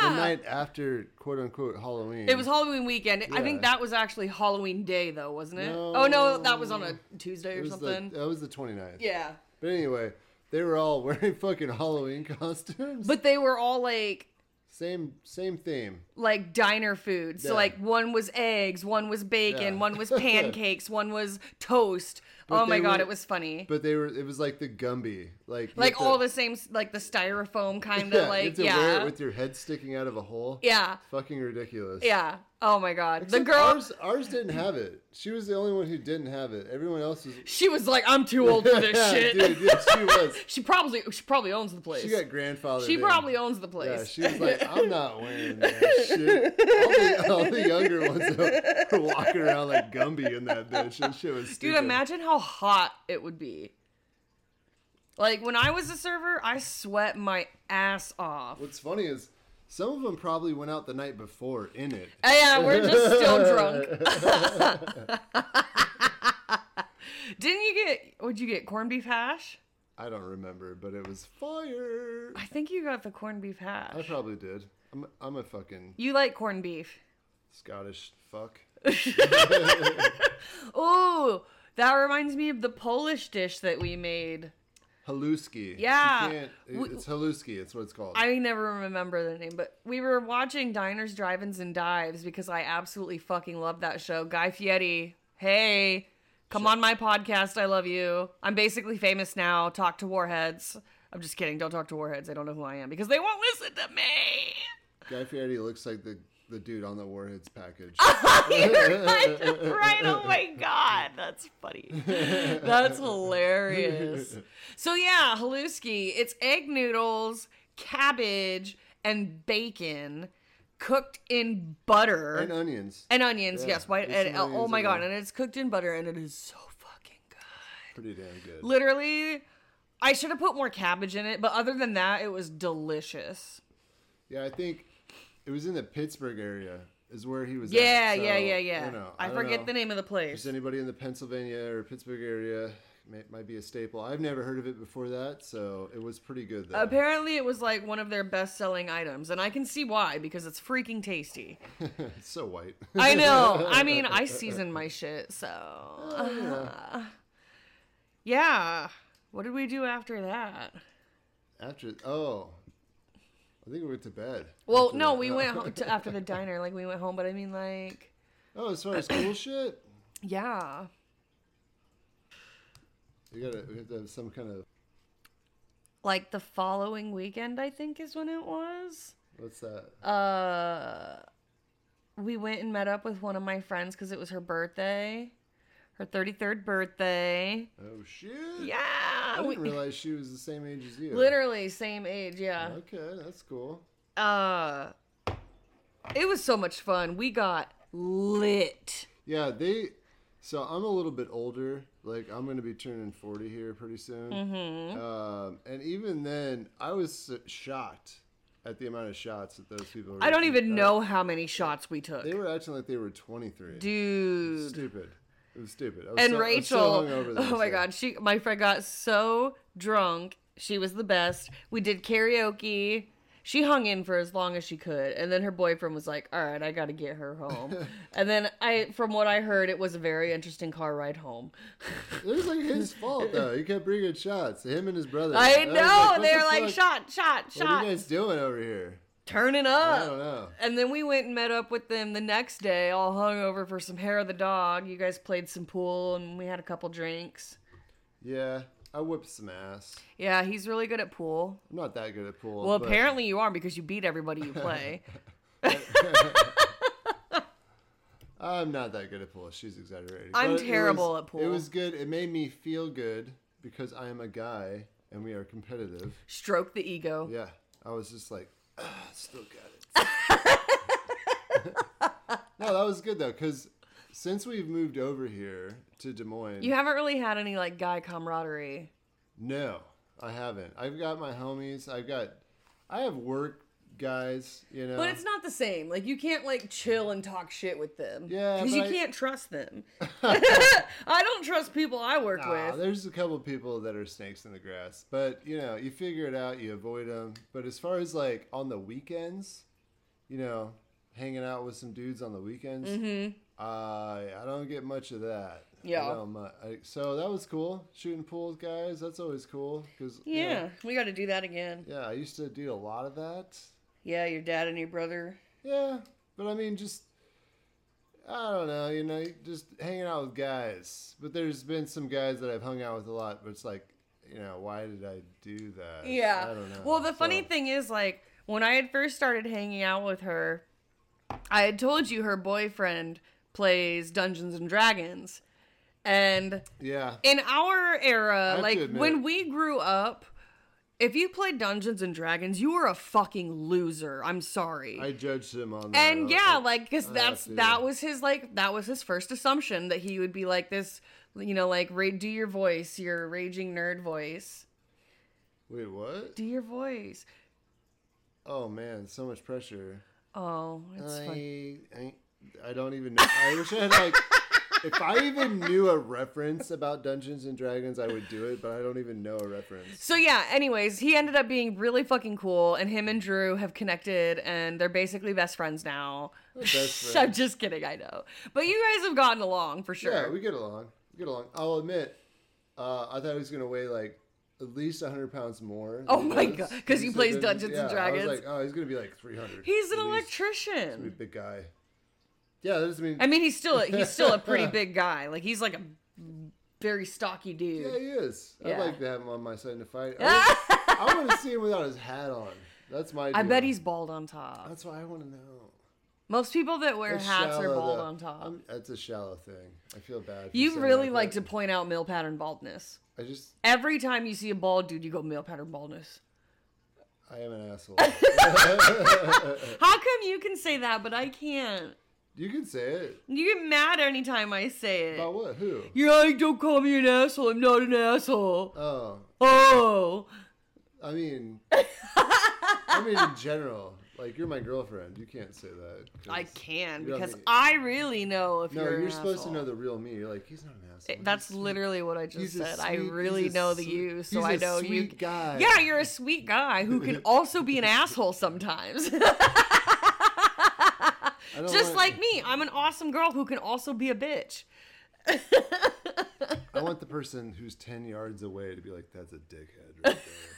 Speaker 2: the night after "quote unquote" Halloween.
Speaker 1: It was Halloween weekend. I think
Speaker 2: Yeah.
Speaker 1: that was actually Halloween day though, wasn't it? Oh no, that was on a
Speaker 2: No.
Speaker 1: Tuesday
Speaker 2: It
Speaker 1: or
Speaker 2: was the- uh,
Speaker 1: something.
Speaker 2: that was the 29th.
Speaker 1: yeah.
Speaker 2: But anyway, they were all wearing fucking Halloween costumes.
Speaker 1: But they were all like
Speaker 2: same same theme.
Speaker 1: like diner food. So
Speaker 2: Yeah.
Speaker 1: like one was eggs, one was bacon,
Speaker 2: Yeah.
Speaker 1: one was pancakes, one was toast.
Speaker 2: But
Speaker 1: oh my
Speaker 2: they
Speaker 1: god,
Speaker 2: were-
Speaker 1: it was funny.
Speaker 2: But they were. It was like the Gumby, like you
Speaker 1: like
Speaker 2: have to-
Speaker 1: all the same, s- like the styrofoam kind
Speaker 2: Yeah,
Speaker 1: of
Speaker 2: you
Speaker 1: like
Speaker 2: have to
Speaker 1: yeah,
Speaker 2: wear it with your head sticking out of a hole.
Speaker 1: yeah,
Speaker 2: Fucking ridiculous.
Speaker 1: yeah. Oh my god,
Speaker 2: Except
Speaker 1: the girl.
Speaker 2: Ours, ours didn't have it. She was the only one who didn't have it. Everyone else was.
Speaker 1: She was like, I'm too old for this
Speaker 2: yeah,
Speaker 1: shit.
Speaker 2: dude. Yeah, she was.
Speaker 1: she probably she probably owns the place.
Speaker 2: She got grandfathered.
Speaker 1: She
Speaker 2: in.
Speaker 1: probably owns the
Speaker 2: Yeah,
Speaker 1: place.
Speaker 2: she was like, I'm not wearing that shit. All the, all the younger ones were walking around like Gumby in that bitch. That shit was stupid.
Speaker 1: Dude, imagine how hot it would be. Like when I was a server, I sweat my ass off.
Speaker 2: What's funny is some of them probably went out the night before in it.
Speaker 1: Yeah, we're just still drunk. Didn't you get? Would you get corned beef hash?
Speaker 2: I don't remember, but it was fire.
Speaker 1: I think you got the corned beef hash.
Speaker 2: I probably did. I'm, I'm a fucking
Speaker 1: You like corned beef.
Speaker 2: Scottish fuck.
Speaker 1: Oh, that reminds me of the Polish dish that we made.
Speaker 2: Haluski.
Speaker 1: Yeah.
Speaker 2: You can't-
Speaker 1: We-
Speaker 2: it's Haluski. It's what it's called.
Speaker 1: I never remember the name, but we were watching Diners, Drive-Ins, and Dives because I absolutely fucking love that show. Guy Fieri, hey, come on my podcast. I love you. I'm basically famous now. Talk to warheads. I'm just kidding. Don't talk to warheads. They don't know who I am because they won't listen to me.
Speaker 2: Guy Fieri looks like the, the dude on the Warheads package.
Speaker 1: Ah! You're kind of right. Oh my god, that's funny. That's hilarious. So yeah, haluski. It's egg noodles, cabbage, and bacon cooked in butter
Speaker 2: and
Speaker 1: and,
Speaker 2: onions.
Speaker 1: onions.
Speaker 2: Yeah,
Speaker 1: yes, white.
Speaker 2: there's
Speaker 1: And,
Speaker 2: some
Speaker 1: oh
Speaker 2: onions
Speaker 1: my
Speaker 2: in
Speaker 1: god,
Speaker 2: there.
Speaker 1: and it's cooked in butter, and it is so fucking good.
Speaker 2: Pretty damn good.
Speaker 1: Literally, I should have put more cabbage in it, but other than that, it was delicious.
Speaker 2: Yeah, I think it was in the Pittsburgh area is where he was.
Speaker 1: Yeah,
Speaker 2: at, so,
Speaker 1: yeah, yeah, yeah.
Speaker 2: You know,
Speaker 1: I,
Speaker 2: don't
Speaker 1: forget
Speaker 2: know
Speaker 1: the name of the
Speaker 2: If
Speaker 1: place.
Speaker 2: there's anybody in the Pennsylvania or Pittsburgh area, may, might be a staple. I've never heard of it before that, so it was pretty good though.
Speaker 1: Apparently, it was like one of their best selling items, and I can see why because it's freaking tasty.
Speaker 2: It's so white.
Speaker 1: I know. I mean, I season my shit, so.
Speaker 2: Oh, Yeah.
Speaker 1: Yeah. What did we do after that?
Speaker 2: After oh, I think we went to bed.
Speaker 1: Well,
Speaker 2: after
Speaker 1: no,
Speaker 2: that.
Speaker 1: we went home to, after the diner. Like, we went home, but I mean, like,
Speaker 2: Oh, as far as cool shit,
Speaker 1: yeah.
Speaker 2: we gotta we have to have some kind of
Speaker 1: Like, the following weekend, I think, is when it was.
Speaker 2: what's that?
Speaker 1: Uh, we went and met up with one of my friends because it was her birthday, her 33rd birthday.
Speaker 2: Oh shit!
Speaker 1: Yeah.
Speaker 2: I
Speaker 1: we-
Speaker 2: didn't realize she was the same age as you.
Speaker 1: Literally same age, yeah.
Speaker 2: Okay, that's cool.
Speaker 1: Uh it was so much fun. We got lit.
Speaker 2: Yeah, they. So I'm a little bit older. Like I'm going to be turning 40 here pretty soon.
Speaker 1: Mm-hmm.
Speaker 2: Um, and even then, I was shocked at the amount of shots that those people. Were
Speaker 1: I don't even
Speaker 2: uh,
Speaker 1: know how many shots we took.
Speaker 2: They were acting like they were 23.
Speaker 1: Dude.
Speaker 2: Stupid. It was stupid. I was
Speaker 1: And
Speaker 2: so- I was so
Speaker 1: Rachel,
Speaker 2: hungover that
Speaker 1: oh my
Speaker 2: day.
Speaker 1: god, she my friend got so drunk. She was the best. We did karaoke. She hung in for as long as she could, and then her boyfriend was like, "All right, I got to get her home." and then I, from what I heard, it was a very interesting car ride home.
Speaker 2: It was like his fault though. He kept bringing shots. Him and his brother.
Speaker 1: I
Speaker 2: was
Speaker 1: know
Speaker 2: what
Speaker 1: they
Speaker 2: the
Speaker 1: were like,
Speaker 2: fuck?
Speaker 1: "Shot, shot,
Speaker 2: What are you
Speaker 1: shot."
Speaker 2: guys Oh, doing over here?
Speaker 1: turning
Speaker 2: I don't
Speaker 1: up.
Speaker 2: know.
Speaker 1: And then we went and met up with them the next day, all hungover for some hair of the dog. You guys played some pool and we had a couple drinks.
Speaker 2: Yeah, I whipped some ass.
Speaker 1: Yeah, he's really good at pool.
Speaker 2: I'm not that good at pool.
Speaker 1: Well,
Speaker 2: but-
Speaker 1: apparently you are because you beat everybody you play.
Speaker 2: I'm not that good at pool. She's exaggerating.
Speaker 1: I'm
Speaker 2: But it
Speaker 1: terrible
Speaker 2: was-
Speaker 1: at pool.
Speaker 2: It was good. It made me feel good because I am a guy and we are competitive.
Speaker 1: Stroke the ego.
Speaker 2: Yeah, I was just like, ah, still got it. no, that was good though, because since we've moved over here to Des Moines,
Speaker 1: You haven't really had any like guy camaraderie.
Speaker 2: no, I haven't. I've got my homies. I've got, I have work guys. You know,
Speaker 1: But it's not the same. Like you can't like chill and talk shit with them.
Speaker 2: Yeah,
Speaker 1: Because
Speaker 2: but
Speaker 1: you
Speaker 2: I-
Speaker 1: can't trust them. I don't trust people I work
Speaker 2: Nah,
Speaker 1: with.
Speaker 2: there's a couple people that are snakes in the grass, but you know, you figure it out, you avoid them. But as far as like on the weekends, you know, hanging out with some dudes on the weekends, I I don't get much of that. I
Speaker 1: Mm-hmm. Yeah.
Speaker 2: don't mu- I- so that was cool. Shooting pool with guys, that's always cool because
Speaker 1: Yeah, we got to do that again.
Speaker 2: yeah, I used to do a lot of that.
Speaker 1: Yeah, your dad and your brother.
Speaker 2: Yeah, but I mean, just I don't know, you know, just hanging out with guys. But there's been some guys that I've hung out with a lot, but it's like, you know, why did I do that?
Speaker 1: Yeah.
Speaker 2: I don't know.
Speaker 1: Well, the funny
Speaker 2: So,
Speaker 1: thing is, like, when I had first started hanging out with her, I had told you her boyfriend plays Dungeons and Dragons. And
Speaker 2: yeah,
Speaker 1: in our era,
Speaker 2: have to
Speaker 1: like,
Speaker 2: admit-
Speaker 1: when we grew up, if you played Dungeons and Dragons, you were a fucking loser. I'm sorry.
Speaker 2: I judged him on that. I
Speaker 1: and
Speaker 2: was
Speaker 1: yeah, like, because
Speaker 2: I
Speaker 1: that's
Speaker 2: see.
Speaker 1: that was his like that was his first assumption that he would be like this, you know, like ra- do your voice, your raging nerd voice,
Speaker 2: wait, what?
Speaker 1: do your voice.
Speaker 2: Oh man, so much pressure.
Speaker 1: Oh, it's fun.
Speaker 2: I, I I don't even know. I wish I had like. If I even knew a reference about Dungeons and Dragons, I would do it, but I don't even know a reference.
Speaker 1: So yeah, anyways, he ended up being really fucking cool and him and Drew have connected and they're basically best friends now.
Speaker 2: best
Speaker 1: I'm
Speaker 2: friends.
Speaker 1: just kidding, I know. But you guys have gotten along for sure.
Speaker 2: Yeah, we get along. We get along. I'll admit, uh, I thought he was gonna weigh like at least hundred pounds more. than
Speaker 1: Oh
Speaker 2: he
Speaker 1: my
Speaker 2: does.
Speaker 1: God, 'cause he
Speaker 2: He's a
Speaker 1: plays
Speaker 2: Dungeon-
Speaker 1: Dungeons and
Speaker 2: yeah, I was
Speaker 1: Dragons.
Speaker 2: like, oh, he's gonna be like three hundred.
Speaker 1: He's an
Speaker 2: He's a
Speaker 1: electrician.
Speaker 2: big guy. Yeah, that's I mean,
Speaker 1: I mean, he's still a, he's still a pretty big guy. Like he's like a very stocky dude.
Speaker 2: yeah, he is.
Speaker 1: Yeah.
Speaker 2: I'd like to have him on my side in a fight. I, want, I want to see him without his hat on. That's my.
Speaker 1: I
Speaker 2: deal.
Speaker 1: bet he's bald on top.
Speaker 2: That's what I want to know.
Speaker 1: Most people that wear
Speaker 2: It's
Speaker 1: hats are
Speaker 2: shallow,
Speaker 1: bald
Speaker 2: though.
Speaker 1: on top.
Speaker 2: I'm- that's a shallow thing. I feel bad. for
Speaker 1: you
Speaker 2: saying
Speaker 1: really
Speaker 2: that,
Speaker 1: like to
Speaker 2: but
Speaker 1: point out male pattern baldness.
Speaker 2: I just.
Speaker 1: Every time you see a bald dude, you go male pattern baldness.
Speaker 2: I am an asshole.
Speaker 1: How come you can say that, but I can't?
Speaker 2: you can say it.
Speaker 1: You get mad anytime I say
Speaker 2: About
Speaker 1: it.
Speaker 2: what? Who?
Speaker 1: You're like, don't call me an asshole. I'm not an asshole.
Speaker 2: Oh,
Speaker 1: Oh.
Speaker 2: I mean, I mean in general, like you're my girlfriend. You can't say that. 'cause-
Speaker 1: I can
Speaker 2: You don't
Speaker 1: because
Speaker 2: need-
Speaker 1: I really know if
Speaker 2: No,
Speaker 1: you're.
Speaker 2: you're,
Speaker 1: an
Speaker 2: supposed
Speaker 1: asshole.
Speaker 2: to know the real me. You're like he's not an asshole.
Speaker 1: It- That's
Speaker 2: He's-
Speaker 1: literally what I just
Speaker 2: he's a
Speaker 1: said. I
Speaker 2: sweet-
Speaker 1: really
Speaker 2: he's a
Speaker 1: know the
Speaker 2: sweet-
Speaker 1: you, so
Speaker 2: he's
Speaker 1: I
Speaker 2: a
Speaker 1: know you.
Speaker 2: sweet guy.
Speaker 1: Yeah, you're a sweet guy who can also be an asshole sometimes.
Speaker 2: I don't want-
Speaker 1: just like me, I'm an awesome girl who can also be a bitch.
Speaker 2: I want the person who's ten yards away to be like, "That's a dickhead." Right there.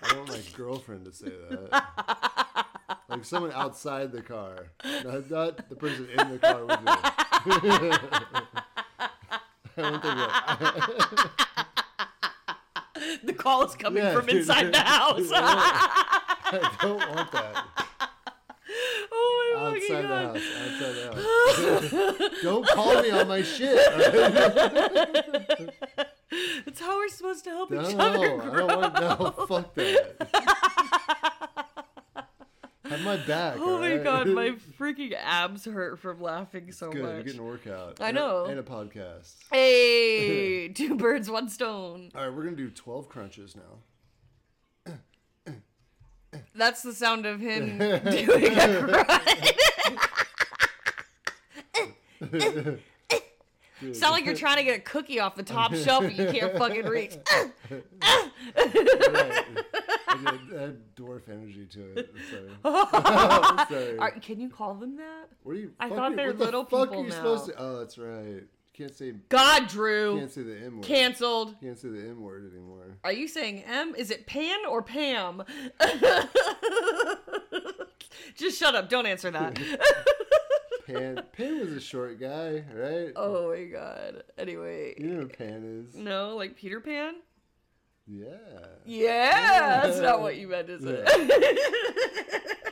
Speaker 2: I want my girlfriend to say that. Like someone outside the car, not, not the person in the car with me. I want them to be like,
Speaker 1: The call is coming
Speaker 2: Yeah,
Speaker 1: from
Speaker 2: dude.
Speaker 1: inside the house.
Speaker 2: I don't, I don't want that.
Speaker 1: oh my fucking
Speaker 2: Outside the
Speaker 1: god.
Speaker 2: house. Outside the house. don't call me on my shit. I
Speaker 1: That's how we're supposed to help each
Speaker 2: don't
Speaker 1: other.
Speaker 2: know. I don't want no. Fuck that. Have my back.
Speaker 1: Oh my
Speaker 2: alright?
Speaker 1: god, my freaking abs hurt from laughing so
Speaker 2: Good, you're
Speaker 1: much.
Speaker 2: getting a workout.
Speaker 1: I
Speaker 2: and a-
Speaker 1: know.
Speaker 2: And a podcast.
Speaker 1: Hey, two birds, one stone.
Speaker 2: All right, we're gonna do twelve crunches now.
Speaker 1: That's the sound of him doing a grind. Sound like you're trying to get a cookie off the top shelf and you can't fucking reach.
Speaker 2: Right. I did- I had dwarf energy to it. Sorry. Sorry.
Speaker 1: Are, can you call them that?
Speaker 2: What are you?
Speaker 1: I
Speaker 2: fuck
Speaker 1: thought
Speaker 2: you-
Speaker 1: they were
Speaker 2: what the
Speaker 1: little
Speaker 2: fuck
Speaker 1: people
Speaker 2: are you
Speaker 1: now.
Speaker 2: supposed to? Oh, that's right. You can't say
Speaker 1: God, Drew,
Speaker 2: can't say the M word.
Speaker 1: canceled.
Speaker 2: You can't say the M word anymore.
Speaker 1: Are you saying M? Is it Pan or Pam? Just shut up. Don't answer that.
Speaker 2: Pan Pan was a short guy, right?
Speaker 1: oh my god. Anyway,
Speaker 2: You know what Pan is.
Speaker 1: no, like Peter Pan?
Speaker 2: Yeah.
Speaker 1: Yeah, that's not what you meant, is it?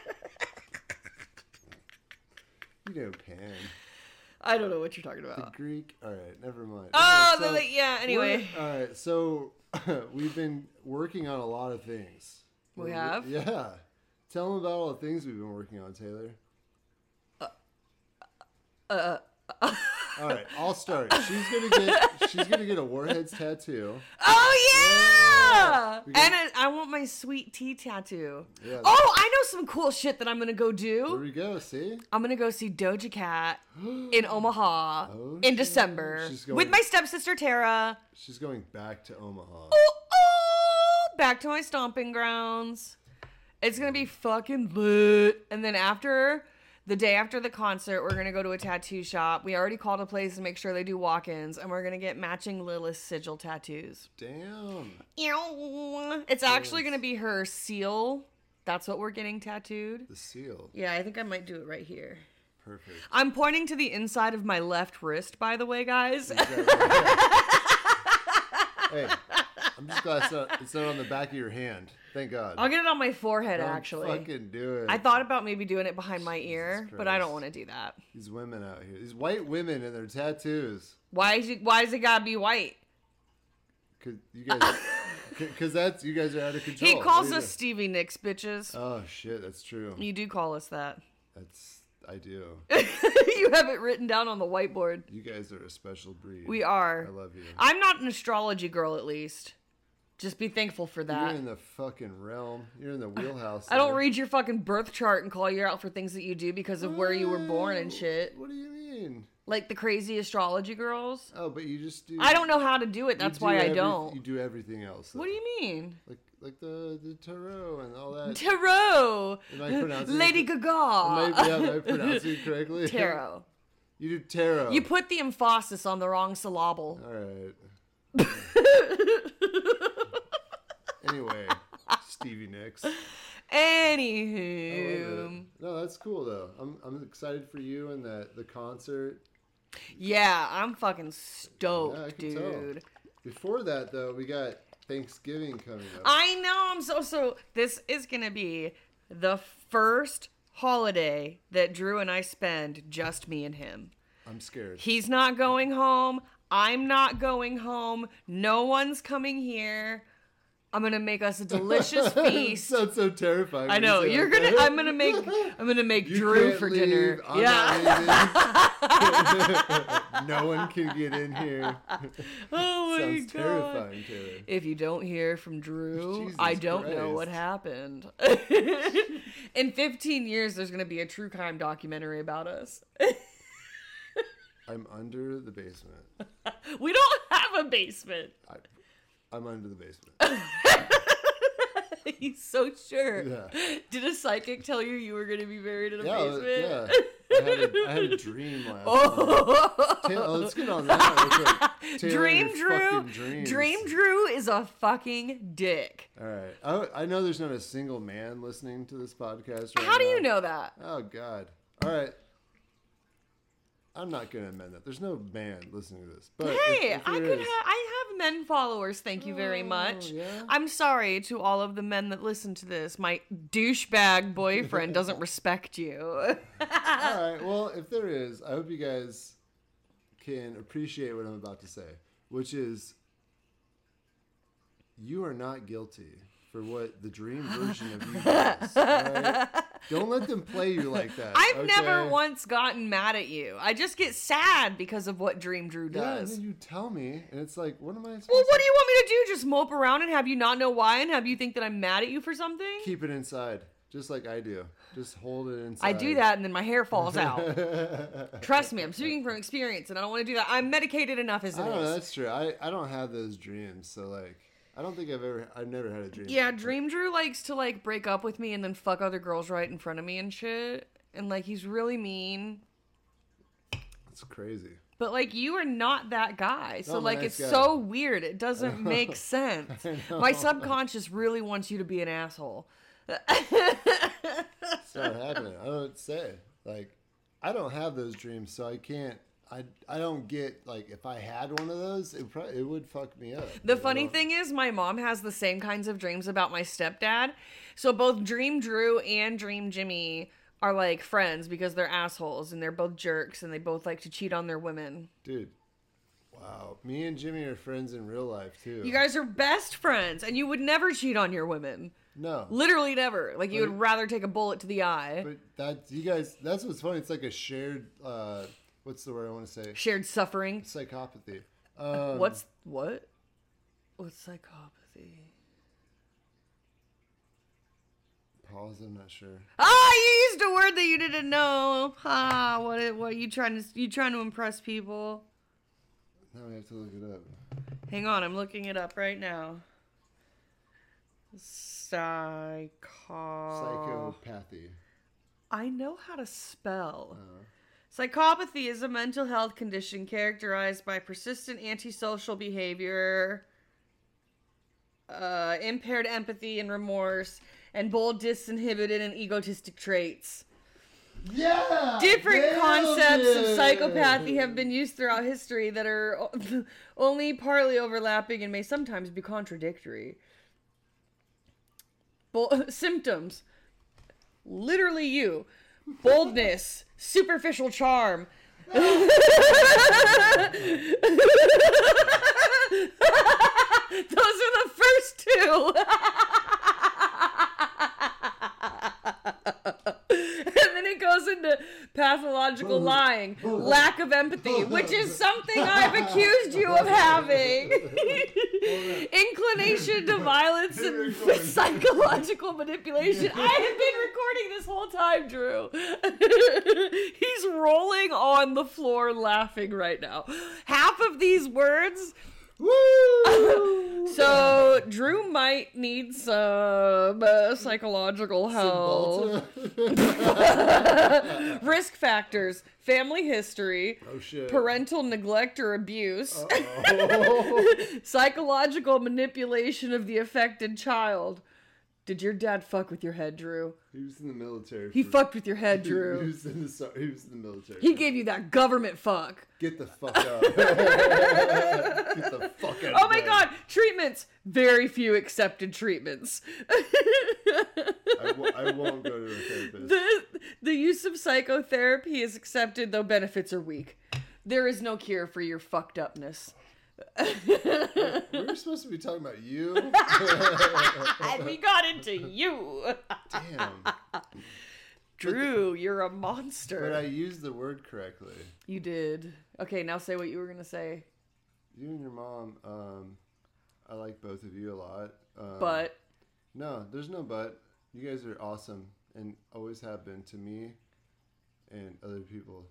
Speaker 2: You know, Pan.
Speaker 1: I don't know what you're talking
Speaker 2: The
Speaker 1: about.
Speaker 2: Greek. All right, never mind.
Speaker 1: Uh. Oh,
Speaker 2: Yeah,
Speaker 1: the,
Speaker 2: so-
Speaker 1: yeah. Anyway,
Speaker 2: We're- all right, so we've been working on a lot of things.
Speaker 1: We
Speaker 2: We're-
Speaker 1: have?
Speaker 2: Yeah. Tell them about all the things we've been working on, Taylor.
Speaker 1: uh,
Speaker 2: Uh. uh all right, I'll start. She's gonna get. She's gonna get a Warheads tattoo.
Speaker 1: oh yeah,
Speaker 2: We got-
Speaker 1: and it, I want my sweet tea tattoo.
Speaker 2: Yeah.
Speaker 1: Oh, I know some cool shit that I'm gonna go
Speaker 2: There
Speaker 1: do.
Speaker 2: we go. See.
Speaker 1: I'm gonna go see Doja Cat in Omaha
Speaker 2: Oh,
Speaker 1: in
Speaker 2: shit.
Speaker 1: December
Speaker 2: She's
Speaker 1: with
Speaker 2: going-
Speaker 1: my stepsister Tara.
Speaker 2: She's going back to Omaha.
Speaker 1: Oh, oh, back to my stomping grounds. It's gonna be fucking lit. And then after the day after the concert, we're gonna go to a tattoo shop. We already called a place to make sure they do walk-ins, and we're gonna get matching Lilith sigil tattoos.
Speaker 2: Damn.
Speaker 1: Ew. It's actually gonna be her seal. That's what we're getting tattooed.
Speaker 2: The seal.
Speaker 1: Yeah, I think I might do it right here.
Speaker 2: Perfect.
Speaker 1: I'm pointing to the inside of my left wrist, by the way, guys.
Speaker 2: hey, I'm just glad it's not, it's not on the back of your hand. Thank God.
Speaker 1: I'll get it on my forehead,
Speaker 2: Don't
Speaker 1: actually.
Speaker 2: fucking do it.
Speaker 1: I thought about maybe doing it behind my ear, but I don't
Speaker 2: Christ.
Speaker 1: want to do that.
Speaker 2: These women out here, these white women and their tattoos.
Speaker 1: Why is it, why is it gotta be white?
Speaker 2: Cause you guys, because that's you guys are out of control.
Speaker 1: He
Speaker 2: What
Speaker 1: calls
Speaker 2: are you
Speaker 1: us Stevie Nicks, bitches.
Speaker 2: doing? Oh shit, that's true.
Speaker 1: you do call us that.
Speaker 2: That's I do.
Speaker 1: you have it written down on the whiteboard.
Speaker 2: You guys are a special breed.
Speaker 1: We are.
Speaker 2: I love you.
Speaker 1: I'm not an astrology girl, at least. Just be thankful for
Speaker 2: You're
Speaker 1: that.
Speaker 2: in the fucking realm. You're in the wheelhouse.
Speaker 1: I don't
Speaker 2: there.
Speaker 1: read your fucking birth chart and call you out for things that you do because of where you were born
Speaker 2: Oh.
Speaker 1: and shit.
Speaker 2: What do you mean?
Speaker 1: Like the crazy astrology girls.
Speaker 2: Oh, but you just do.
Speaker 1: I don't know how to do it. That's
Speaker 2: you do
Speaker 1: why I
Speaker 2: every-
Speaker 1: don't.
Speaker 2: You do everything else.
Speaker 1: what do you mean?
Speaker 2: Like like the the tarot and all that.
Speaker 1: Tarot.
Speaker 2: Am I pronouncing it-
Speaker 1: Lady
Speaker 2: Am
Speaker 1: Gaga.
Speaker 2: I, yeah, am I pronouncing it correctly?
Speaker 1: Tarot.
Speaker 2: You do tarot.
Speaker 1: You put the emphasis on the wrong syllable.
Speaker 2: All right. anyway, Stevie Nicks. I love it.
Speaker 1: Anywho.
Speaker 2: No, that's cool though. I'm I'm excited for you and the the concert.
Speaker 1: Yeah, I'm fucking stoked,
Speaker 2: Yeah, I can tell.
Speaker 1: dude.
Speaker 2: Before that though, we got Thanksgiving coming up.
Speaker 1: I know. I'm so so. This is gonna be the first holiday that Drew and I spend just me and him.
Speaker 2: I'm scared.
Speaker 1: He's not going home. I'm not going home. No one's coming here. I'm gonna make us a delicious
Speaker 2: It
Speaker 1: feast.
Speaker 2: sounds so terrifying.
Speaker 1: I
Speaker 2: when you
Speaker 1: know
Speaker 2: say it
Speaker 1: you're
Speaker 2: like
Speaker 1: gonna.
Speaker 2: that.
Speaker 1: I'm gonna make. I'm gonna make
Speaker 2: You
Speaker 1: Drew
Speaker 2: can't
Speaker 1: for
Speaker 2: leave.
Speaker 1: dinner.
Speaker 2: I'm
Speaker 1: yeah.
Speaker 2: not leaving. no one can get in here.
Speaker 1: Oh my
Speaker 2: Sounds
Speaker 1: god.
Speaker 2: terrifying, Taylor.
Speaker 1: If you don't hear from Drew,
Speaker 2: Jesus
Speaker 1: I don't know what
Speaker 2: Christ.
Speaker 1: happened. In 15 years, there's going to be a true crime documentary about us.
Speaker 2: I'm under the basement.
Speaker 1: We don't have a basement.
Speaker 2: I, I'm under the basement.
Speaker 1: He's so sure.
Speaker 2: Yeah.
Speaker 1: Did a psychic tell you you were going to be buried in a
Speaker 2: Yeah,
Speaker 1: basement?
Speaker 2: yeah. I had, a, I had a dream last night.
Speaker 1: Oh,
Speaker 2: Ta- oh, let's get on that. real quick. Taylor,
Speaker 1: Dream
Speaker 2: your
Speaker 1: Drew.
Speaker 2: fucking dreams.
Speaker 1: Dream Drew is a fucking dick.
Speaker 2: All right. I, I know there's not a single man listening to this podcast. Right
Speaker 1: How do you
Speaker 2: now.
Speaker 1: know that?
Speaker 2: Oh God. All right. I'm not gonna amend that. There's no man listening to this. But if-
Speaker 1: Hey,
Speaker 2: if
Speaker 1: I
Speaker 2: there
Speaker 1: could
Speaker 2: is- Oh,
Speaker 1: ha- I have men followers. Thank you very much.
Speaker 2: yeah?
Speaker 1: I'm sorry to all of the men that listen to this. My douchebag boyfriend doesn't respect you.
Speaker 2: All right. Well, if there is, I hope you guys can appreciate what I'm about to say, which is you are not guilty for what the dream version of you is. all right? Don't let them play you like that.
Speaker 1: I've never
Speaker 2: okay?
Speaker 1: once gotten mad at you. I just get sad because of what Dream Drew
Speaker 2: Yeah, and
Speaker 1: does.
Speaker 2: then you tell me, and it's like, what am I? Supposed
Speaker 1: well, what do you want me to do? Just mope around and have you not know why and have you think that I'm mad at you for something?
Speaker 2: to keep it inside, just like I do. Just hold it inside.
Speaker 1: I do that and then my hair falls out. Trust me, I'm speaking from experience and I don't want to do that. I'm medicated enough as it
Speaker 2: I don't know.
Speaker 1: is.
Speaker 2: That's true. I, I don't have those dreams, so like, I don't think I've ever. I've never had a dream.
Speaker 1: Yeah, Dream Drew likes to like break up with me and then fuck other girls right in front of me and shit. And like he's really mean.
Speaker 2: It's crazy.
Speaker 1: But like you are not that guy. So
Speaker 2: I'm a
Speaker 1: like
Speaker 2: nice
Speaker 1: it's
Speaker 2: guy.
Speaker 1: so weird. It doesn't make sense. My subconscious really wants you to be an asshole.
Speaker 2: It's not happening. I don't say. Like, I don't have those dreams, so I can't. I, I don't get like if I had one of those, it probably it would fuck me up.
Speaker 1: The
Speaker 2: Like, I
Speaker 1: funny
Speaker 2: don't-
Speaker 1: thing is, my mom has the same kinds of dreams about my stepdad. So both Dream Drew and Dream Jimmy are like friends because they're assholes and they're both jerks and they both like to cheat on their women.
Speaker 2: dude. Wow, me and Jimmy are friends in real life too.
Speaker 1: You guys are best friends and you would never cheat on your women.
Speaker 2: no,
Speaker 1: Literally never. Like you would
Speaker 2: Right.
Speaker 1: rather take a bullet to the eye.
Speaker 2: but that you guys. That's what's funny. It's like a shared. uh What's the word I want to say?
Speaker 1: Shared suffering.
Speaker 2: Psychopathy. Um,
Speaker 1: What's what? What's psychopathy?
Speaker 2: pause? I'm not sure.
Speaker 1: Ah, you used a word that you didn't know. Ah, what? it- What you trying to? You trying to impress people?
Speaker 2: Now we have to look it up.
Speaker 1: Hang on, I'm looking it up right now. Psycho.
Speaker 2: Psychopathy.
Speaker 1: I know how to spell.
Speaker 2: Uh,
Speaker 1: Psychopathy is a mental health condition characterized by persistent antisocial behavior, uh, impaired empathy and remorse, and bold, disinhibited, and egotistic traits.
Speaker 2: yeah.
Speaker 1: Different
Speaker 2: nailed
Speaker 1: concepts of
Speaker 2: it!
Speaker 1: psychopathy have been used throughout history that are o- only partly overlapping and may sometimes be contradictory. Bo- symptoms literally you boldness, superficial charm. Those are the first two. and then it goes into pathological lying, lack of empathy, which is something I've accused you of having. Inclination to violence and psychological manipulation. I have been recording this whole time, Drew. He's rolling on the floor laughing right now. Half of these words Oh,
Speaker 2: Woo!
Speaker 1: so Drew might need some uh, psychological
Speaker 2: Oh,
Speaker 1: help. Risk factors, family history,
Speaker 2: oh shit.
Speaker 1: parental neglect or abuse,
Speaker 2: Oh.
Speaker 1: psychological manipulation of the affected child. Did your dad fuck with your head, Drew?
Speaker 2: he was in the military.
Speaker 1: He
Speaker 2: for-
Speaker 1: fucked with your head,
Speaker 2: he- He
Speaker 1: Drew.
Speaker 2: was in the, sor- he was in the military.
Speaker 1: He
Speaker 2: for-
Speaker 1: gave you that government fuck.
Speaker 2: Get the fuck up. Get the fuck out.
Speaker 1: Oh my god, treatments. Very few accepted treatments.
Speaker 2: I w- I won't go to a therapist.
Speaker 1: the the use of psychotherapy is accepted though benefits are weak there is no cure for your fucked upness
Speaker 2: we were supposed to be talking about you.
Speaker 1: and we got into you
Speaker 2: Damn.
Speaker 1: drew you're a
Speaker 2: But
Speaker 1: monster
Speaker 2: I used the word correctly.
Speaker 1: you did okay now say what you were gonna say
Speaker 2: You and your mom. Um, I like both of you a lot. Um,
Speaker 1: but
Speaker 2: no, there's no but. You guys are awesome and always have been to me and other people.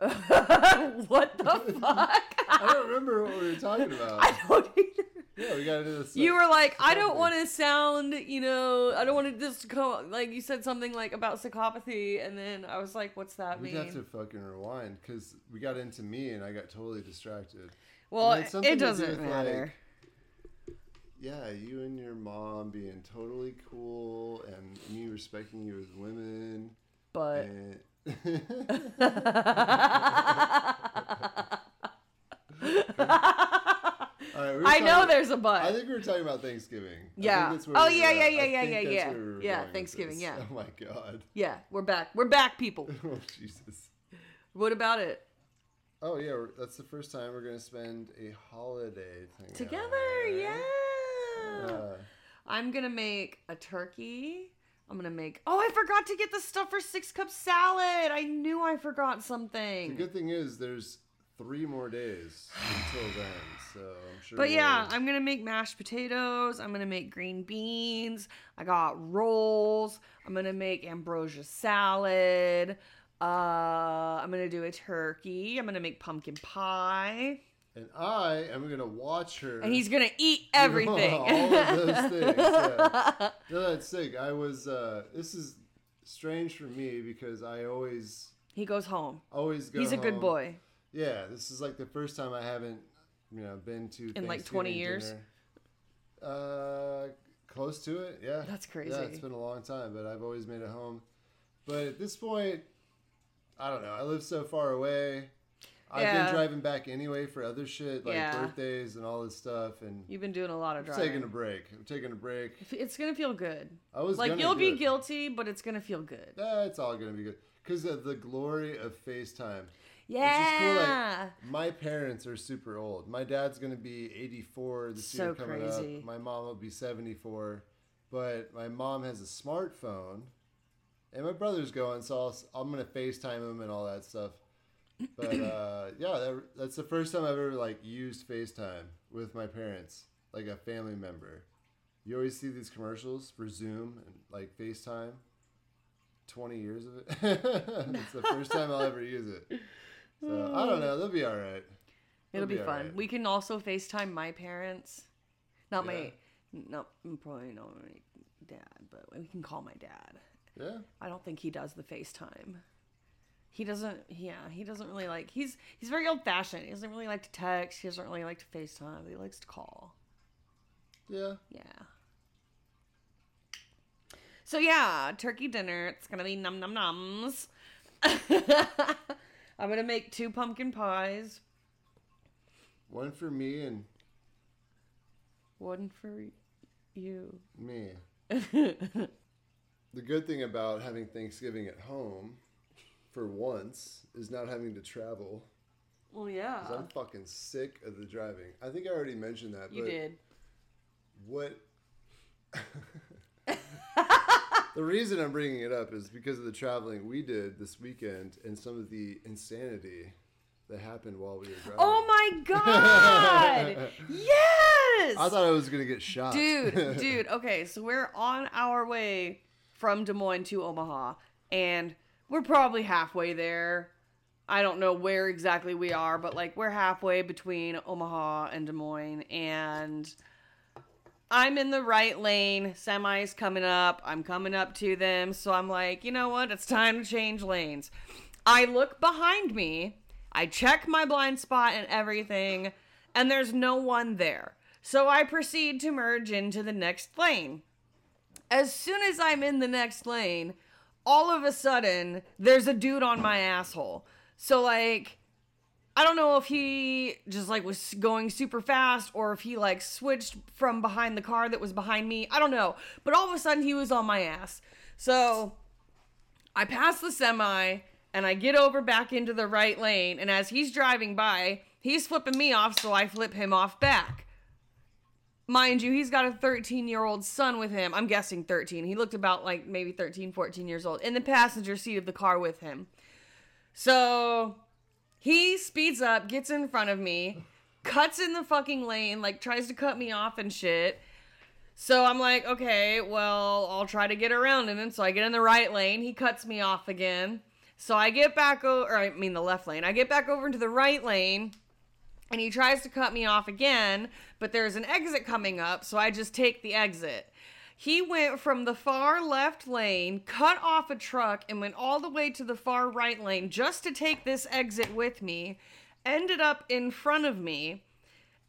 Speaker 1: what the fuck
Speaker 2: I don't remember what we were talking about.
Speaker 1: i don't either
Speaker 2: yeah, we got into this.
Speaker 1: you were like i don't
Speaker 2: psychopathy.
Speaker 1: want to sound you know i don't want to just go like you said something like about psychopathy and then i was like what's that
Speaker 2: We
Speaker 1: mean
Speaker 2: have to fucking rewind because we got into me and I got totally distracted.
Speaker 1: well
Speaker 2: And it's something
Speaker 1: it
Speaker 2: to do
Speaker 1: doesn't
Speaker 2: with,
Speaker 1: matter
Speaker 2: like, Yeah, you and your mom being totally cool and me respecting you as women.
Speaker 1: but
Speaker 2: And All right, we were
Speaker 1: I know
Speaker 2: talking-
Speaker 1: there's a
Speaker 2: I
Speaker 1: but.
Speaker 2: think we were talking about Thanksgiving. I
Speaker 1: Yeah.
Speaker 2: think that's where
Speaker 1: Oh,
Speaker 2: we were
Speaker 1: yeah,
Speaker 2: at.
Speaker 1: yeah, yeah,
Speaker 2: I
Speaker 1: yeah,
Speaker 2: think
Speaker 1: yeah,
Speaker 2: that's
Speaker 1: yeah.
Speaker 2: where we were
Speaker 1: Yeah,
Speaker 2: going with
Speaker 1: Thanksgiving,
Speaker 2: this.
Speaker 1: yeah.
Speaker 2: Oh my god.
Speaker 1: Yeah, we're back. We're back, people.
Speaker 2: Oh Jesus.
Speaker 1: What about it?
Speaker 2: Oh yeah, we're- that's the first time we're gonna spend a holiday thing
Speaker 1: Together, yeah.
Speaker 2: Uh,
Speaker 1: I'm gonna make a turkey. I'm gonna make. Oh, I forgot to get the stuff for six cup salad. I knew I forgot
Speaker 2: the
Speaker 1: something.
Speaker 2: good thing is there's three more days until then, so I'm sure.
Speaker 1: But yeah,
Speaker 2: we'll-
Speaker 1: I'm gonna make mashed potatoes. I'm gonna make green beans. I got rolls. I'm gonna make ambrosia salad. Uh, I'm gonna do a turkey. I'm gonna make pumpkin pie.
Speaker 2: and I am gonna watch her.
Speaker 1: And he's gonna eat everything.
Speaker 2: All of those things. yeah. No, that's sick. I was. Uh, this is strange for me because I always,
Speaker 1: he goes home.
Speaker 2: always go.
Speaker 1: He's a good
Speaker 2: home.
Speaker 1: boy.
Speaker 2: Yeah, this is like the first time I haven't, you know, been to
Speaker 1: In, like, 20
Speaker 2: Thanksgiving
Speaker 1: years?
Speaker 2: dinner. Uh, close to it. Yeah,
Speaker 1: That's
Speaker 2: Yeah,
Speaker 1: crazy.
Speaker 2: it's been a long time, but I've always made it home. But at this point, I don't know. I live so far away. I've
Speaker 1: Yeah.
Speaker 2: been driving back anyway for other shit like
Speaker 1: Yeah.
Speaker 2: birthdays and all this stuff, and
Speaker 1: You've been doing a lot of
Speaker 2: I'm
Speaker 1: driving.
Speaker 2: taking a break. I'm taking a break.
Speaker 1: It's gonna feel good.
Speaker 2: I was
Speaker 1: Like
Speaker 2: gonna
Speaker 1: you'll
Speaker 2: do
Speaker 1: be
Speaker 2: it.
Speaker 1: guilty, but it's gonna feel good.
Speaker 2: That's all gonna be good because of the glory of FaceTime. Which is cool.
Speaker 1: Yeah.
Speaker 2: Like, my parents are super old. My dad's gonna be 84 this
Speaker 1: So
Speaker 2: year coming
Speaker 1: crazy.
Speaker 2: up. My mom will be 74, but my mom has a smartphone, and my brother's going, so I'll, I'm gonna FaceTime him and all that stuff. But uh, yeah, that, that's the first time I've ever like used FaceTime with my parents, like a family member. You always see these commercials for Zoom and like FaceTime. 20 years of it. it's the first time I'll ever use it. So I don't know. They'll be all right.
Speaker 1: It'll be,
Speaker 2: be
Speaker 1: fun.
Speaker 2: alright.
Speaker 1: We can also FaceTime my parents. Not
Speaker 2: Yeah.
Speaker 1: my, no, probably not my dad, but we can call my dad.
Speaker 2: Yeah.
Speaker 1: I don't think he does the FaceTime. He doesn't. Yeah, he doesn't really like. He's he's very old fashioned. He doesn't really like to text. He doesn't really like to FaceTime. He likes to call.
Speaker 2: Yeah.
Speaker 1: Yeah. So yeah, turkey dinner. It's gonna be num num nums. I'm gonna make two pumpkin pies,
Speaker 2: One for me and
Speaker 1: one for you.
Speaker 2: me. The good thing about having Thanksgiving at home for once is not having to travel.
Speaker 1: well, yeah.
Speaker 2: 'cause I'm fucking sick of the driving. I think I already mentioned that.
Speaker 1: Uh-uh. You
Speaker 2: but
Speaker 1: did.
Speaker 2: What? the reason I'm bringing it up is because of the traveling we did this weekend and some of the insanity that happened while we were driving.
Speaker 1: Oh my god! yes!
Speaker 2: I thought I was gonna get shot,
Speaker 1: dude, dude, okay, so we're on our way from Des Moines to Omaha, and we're probably halfway there. I don't know where exactly we are, but like we're halfway between Omaha and Des Moines, and I'm in the right lane. Semi's coming up. I'm coming up to them. So I'm like, you know what? It's time to change lanes. I look behind me. I check my blind spot and everything, and there's no one there. So I proceed to merge into the next lane. As soon as I'm in the next lane, all of a sudden, there's a dude on my asshole. So, like, I don't know if he just like was going super fast or if he like switched from behind the car that was behind me. I don't know. But all of a sudden he was on my ass. So I pass the semi and I get over back into the right lane. And as he's driving by, he's flipping me off. So I flip him off back. Mind you, he's got a 13 year old son with him. I'm guessing 13. He looked about like maybe 13, 14 years old in the passenger seat of the car with him. So he speeds up, gets in front of me, cuts in the fucking lane, like tries to cut me off and shit. So I'm like, okay, well, I'll try to get around him. And so I get in the right lane. He cuts me off again. So I get back, o- or I mean the left lane. I get back over into the right lane and he tries to cut me off again, but there's an exit coming up. So I just take the exit. He went from the far left lane, cut off a truck, and went all the way to the far right lane just to take this exit with me. Ended up in front of me,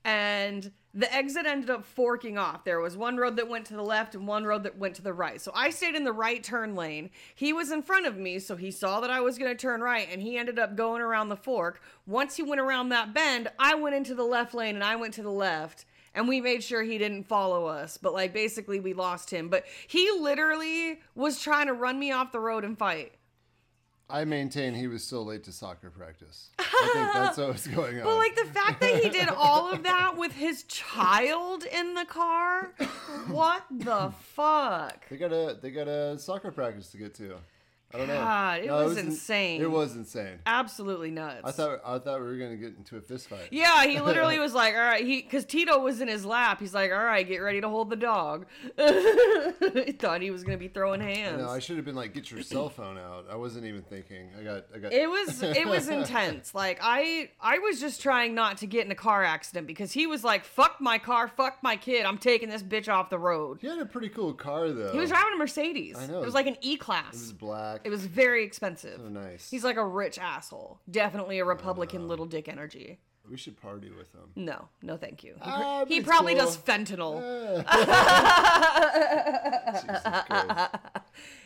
Speaker 1: and the exit ended up forking off. There was one road that went to the left and one road that went to the right. So I stayed in the right turn lane. He was in front of me, so he saw that I was going to turn right, and he ended up going around the fork. Once he went around that bend, I went into the left lane and I went to the left and we made sure he didn't follow us but like basically we lost him but he literally was trying to run me off the road and fight
Speaker 2: I maintain he was still late to soccer practice. I think that's what was going on.
Speaker 1: but like the fact that he did all of that with his child in the car what the fuck
Speaker 2: they got a they got a soccer practice to get to. I don't
Speaker 1: God,
Speaker 2: know.
Speaker 1: it
Speaker 2: it
Speaker 1: was
Speaker 2: in-
Speaker 1: insane.
Speaker 2: It was insane.
Speaker 1: absolutely nuts
Speaker 2: I thought I thought we were gonna get into a fist fight.
Speaker 1: yeah he literally was like all right he because tito was in his lap he's like all right get ready to hold the dog he thought he was gonna be throwing hands
Speaker 2: No, I should have been like, get your cell phone out. I wasn't even thinking. I got I got
Speaker 1: it was it was intense like i i was just trying not to get in a car accident because he was like fuck my car fuck my kid i'm taking this bitch off the road
Speaker 2: He had a pretty cool car though.
Speaker 1: he was driving a mercedes
Speaker 2: I know.
Speaker 1: it was like an
Speaker 2: It was
Speaker 1: e-class
Speaker 2: black.
Speaker 1: it was very expensive
Speaker 2: so nice.
Speaker 1: he's like a rich asshole definitely a republican little dick energy
Speaker 2: We should party with them.
Speaker 1: No, no, thank you. He, pr-
Speaker 2: Ah,
Speaker 1: he
Speaker 2: it's
Speaker 1: probably
Speaker 2: cool.
Speaker 1: does fentanyl.
Speaker 2: Jesus Christ.